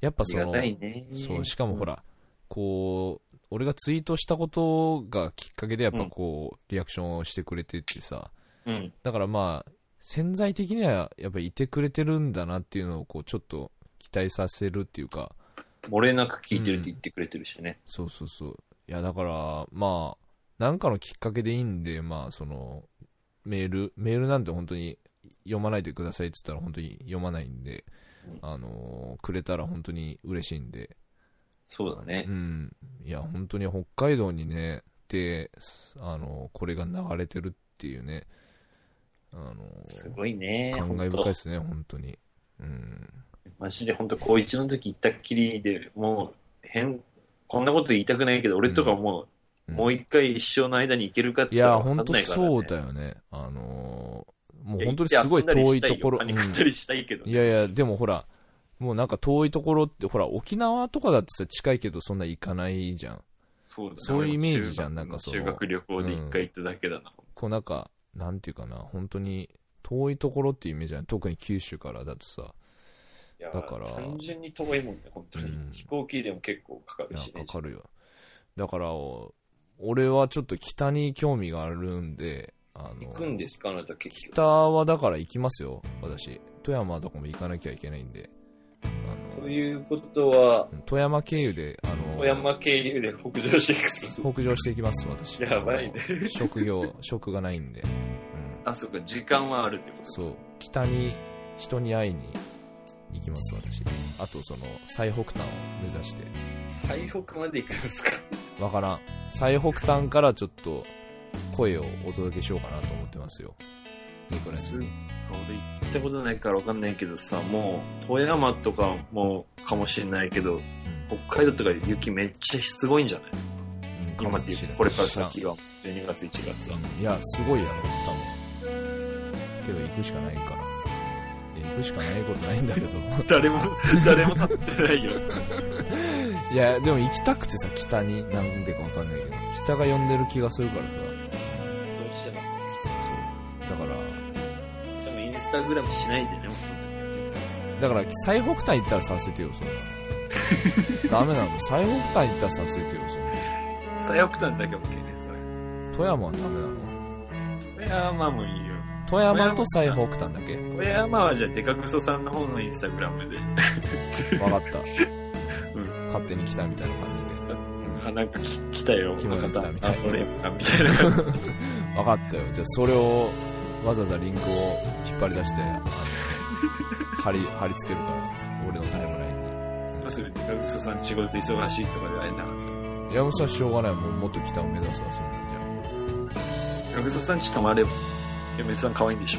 Speaker 1: やっぱそ
Speaker 2: あり
Speaker 1: の
Speaker 2: がたいね。
Speaker 1: そうしかもほら、こう俺がツイートしたことがきっかけでやっぱこう、リアクションをしてくれてってさ
Speaker 2: うん。うん。
Speaker 1: だからまあ潜在的にはやっぱいてくれてるんだなっていうのをこうちょっと期待させるっていうか、
Speaker 2: 漏れなく聞いてるって言ってくれてるしね。
Speaker 1: そうそうそう。いや、だから、まあ、なんかのきっかけでいいんで、まあ、その、メール、メールなんて本当に読まないでくださいって言ったら本当に読まないんで
Speaker 2: うん、
Speaker 1: あのーくれたら本当に嬉しいんで、
Speaker 2: そうだね
Speaker 1: う。ん。いや、本当に北海道にね、で、すあのーこれが流れてるっていうね、あの
Speaker 2: すごいね。
Speaker 1: 感慨深い
Speaker 2: 本
Speaker 1: ですね、本当に。うん。
Speaker 2: 当マジで本当高一の時行ったっきりで、もう、変、こんなこと言いたくないけど、俺とかもう、
Speaker 1: うん
Speaker 2: もう一回一生の間に行けるかって
Speaker 1: い
Speaker 2: 言った
Speaker 1: や、
Speaker 2: ら分か
Speaker 1: 本
Speaker 2: ん
Speaker 1: 当
Speaker 2: ないから、ね。
Speaker 1: そうだよね。あのーもう本当にすごい遠いところ。
Speaker 2: 行って遊んだりしたいよパニックったりしたいけど、
Speaker 1: いやいや、でもほら、もうなんか遠いところって、ほら、沖縄とかだってさ、近いけどそんな行かないじゃん。
Speaker 2: そうだね
Speaker 1: そういうイメージじゃん
Speaker 2: 俺も
Speaker 1: なんかその
Speaker 2: 修学旅行で一回行っただけだな。
Speaker 1: こうなんか、なんていうかな、本当に遠いところっていうイメージじゃん。特に九州からだとさ、
Speaker 2: いや
Speaker 1: だから
Speaker 2: 単純に遠いもんね、本当に。
Speaker 1: うん
Speaker 2: 飛行機でも結構かか
Speaker 1: い
Speaker 2: るし
Speaker 1: や、
Speaker 2: ね。
Speaker 1: かかるよ。だから、俺はちょっと北に興味があるんで、あの
Speaker 2: 行くんですか、あなた結
Speaker 1: 北
Speaker 2: 局。
Speaker 1: はだから行きますよ、私。富山とかも行かなきゃいけないんで。あ
Speaker 2: と
Speaker 1: の
Speaker 2: いうことは、
Speaker 1: 富山経由で、あの、
Speaker 2: 富山経由で北上していく
Speaker 1: 北上していきます、私。
Speaker 2: やばいね
Speaker 1: あの。職業、職がないんで。うん。
Speaker 2: あ、そっか、時間はあるってこと
Speaker 1: そう。北に、人に会いに行きます、私。あと、その、最北端を目指して。
Speaker 2: 最北まで行くんですか
Speaker 1: わからん。最北端からちょっと、声をお届けしようかなと思ってますよ。ニコラスに。
Speaker 2: 俺行ったことないから分かんないけどさ、もう、富山とかもかもしれないけど、北海道とか雪めっちゃすごいんじゃない
Speaker 1: うん
Speaker 2: 今っていう、これから先が、12月、1月は。
Speaker 1: いや、すごいやろ、多分。けど行くしかないから。いや行くしかないことないん だけど。
Speaker 2: 誰も、誰も立ってないよ。
Speaker 1: いや、でも行きたくてさ、北に、なんでかわかんないけど、北が呼んでる気がするからさ、
Speaker 2: どうしても。
Speaker 1: そう。だから、
Speaker 2: でもインスタグラムしないでね、も
Speaker 1: だから、最北端行ったらさせてよ、そんな。ダメなの、最北端行ったらさせてよ、そんな。
Speaker 2: う最北端だけ OK ね、それ。
Speaker 1: 富山はダメなの
Speaker 2: 富山もいいよ。
Speaker 1: 富山と最北端だけ
Speaker 2: 富山はじゃあ、デカクソさんの方のインスタグラムで。
Speaker 1: わかった。
Speaker 2: ん
Speaker 1: 勝手に来たみたいな感じで。
Speaker 2: あ、なんかき来たよ、
Speaker 1: 来ました
Speaker 2: あ
Speaker 1: みたいな
Speaker 2: 俺かみたいな感
Speaker 1: わかったよ。じゃあ、それを、わざわざリンクを引っ張り出して、あの貼り、貼り付けるから、俺のタイムラインに。
Speaker 2: じ。どうするデカクソさん仕事忙しいとかで会えなかっ
Speaker 1: いや、もうさ、しょうがない。もう、もっと北を目指すわ、そんなんじゃ
Speaker 2: た。デカクソさんち泊まれば。嫁さん可愛いんでしょ。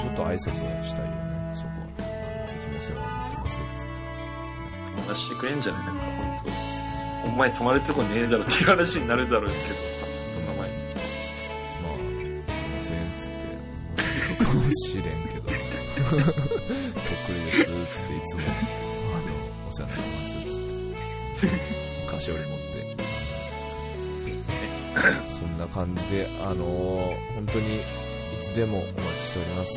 Speaker 1: ちょっと挨拶をしたいよね、そこは。あのいつもお世話になってます、つって。
Speaker 2: 友達してくれんじゃねなんか本当お前泊まるとこねえだろっていう話になるだろうけどさ、その前に。
Speaker 1: まあ、すいません、つって。かもしれんけど。とっくりです、つって、いつも、あの、お世話になります、つって。菓子折り持って。そんな感じで、あのー本当に、いつでもお待ちしております。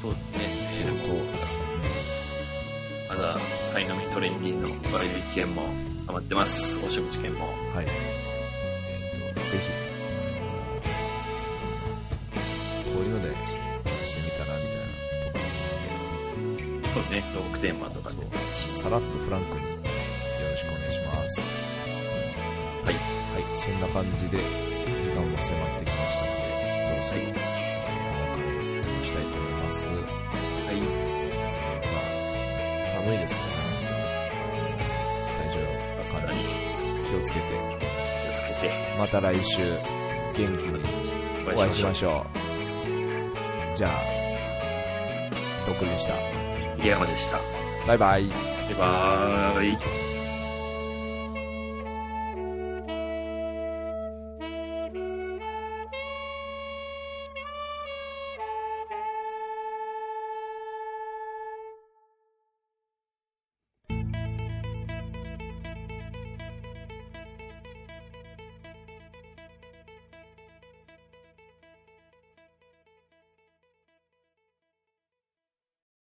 Speaker 2: そうね。
Speaker 1: メール、メールと、
Speaker 2: まだ、カイノミトレンディの割引券も余ってます。お食事券も。
Speaker 1: はい。えっ、と、ぜひ、こういうので、してみたら、みたいなとか、
Speaker 2: そうね。トークテーマとかで。
Speaker 1: そうさらっとフランクによろしくお願いします。
Speaker 2: は
Speaker 1: は
Speaker 2: い
Speaker 1: い、そんな感じで、時間も迫ってきましたので、そろそろ、お別れしたいと思います。
Speaker 2: はい。
Speaker 1: まあ、寒いですからね。体調
Speaker 2: 体
Speaker 1: 管
Speaker 2: に
Speaker 1: 理
Speaker 2: 気
Speaker 1: 気をつけて、
Speaker 2: をつけて、
Speaker 1: また来週、元気にお会いしましょう。じゃあ、とっくりでした。
Speaker 2: 入山でした。
Speaker 1: バイバイ。
Speaker 2: バイバーイ。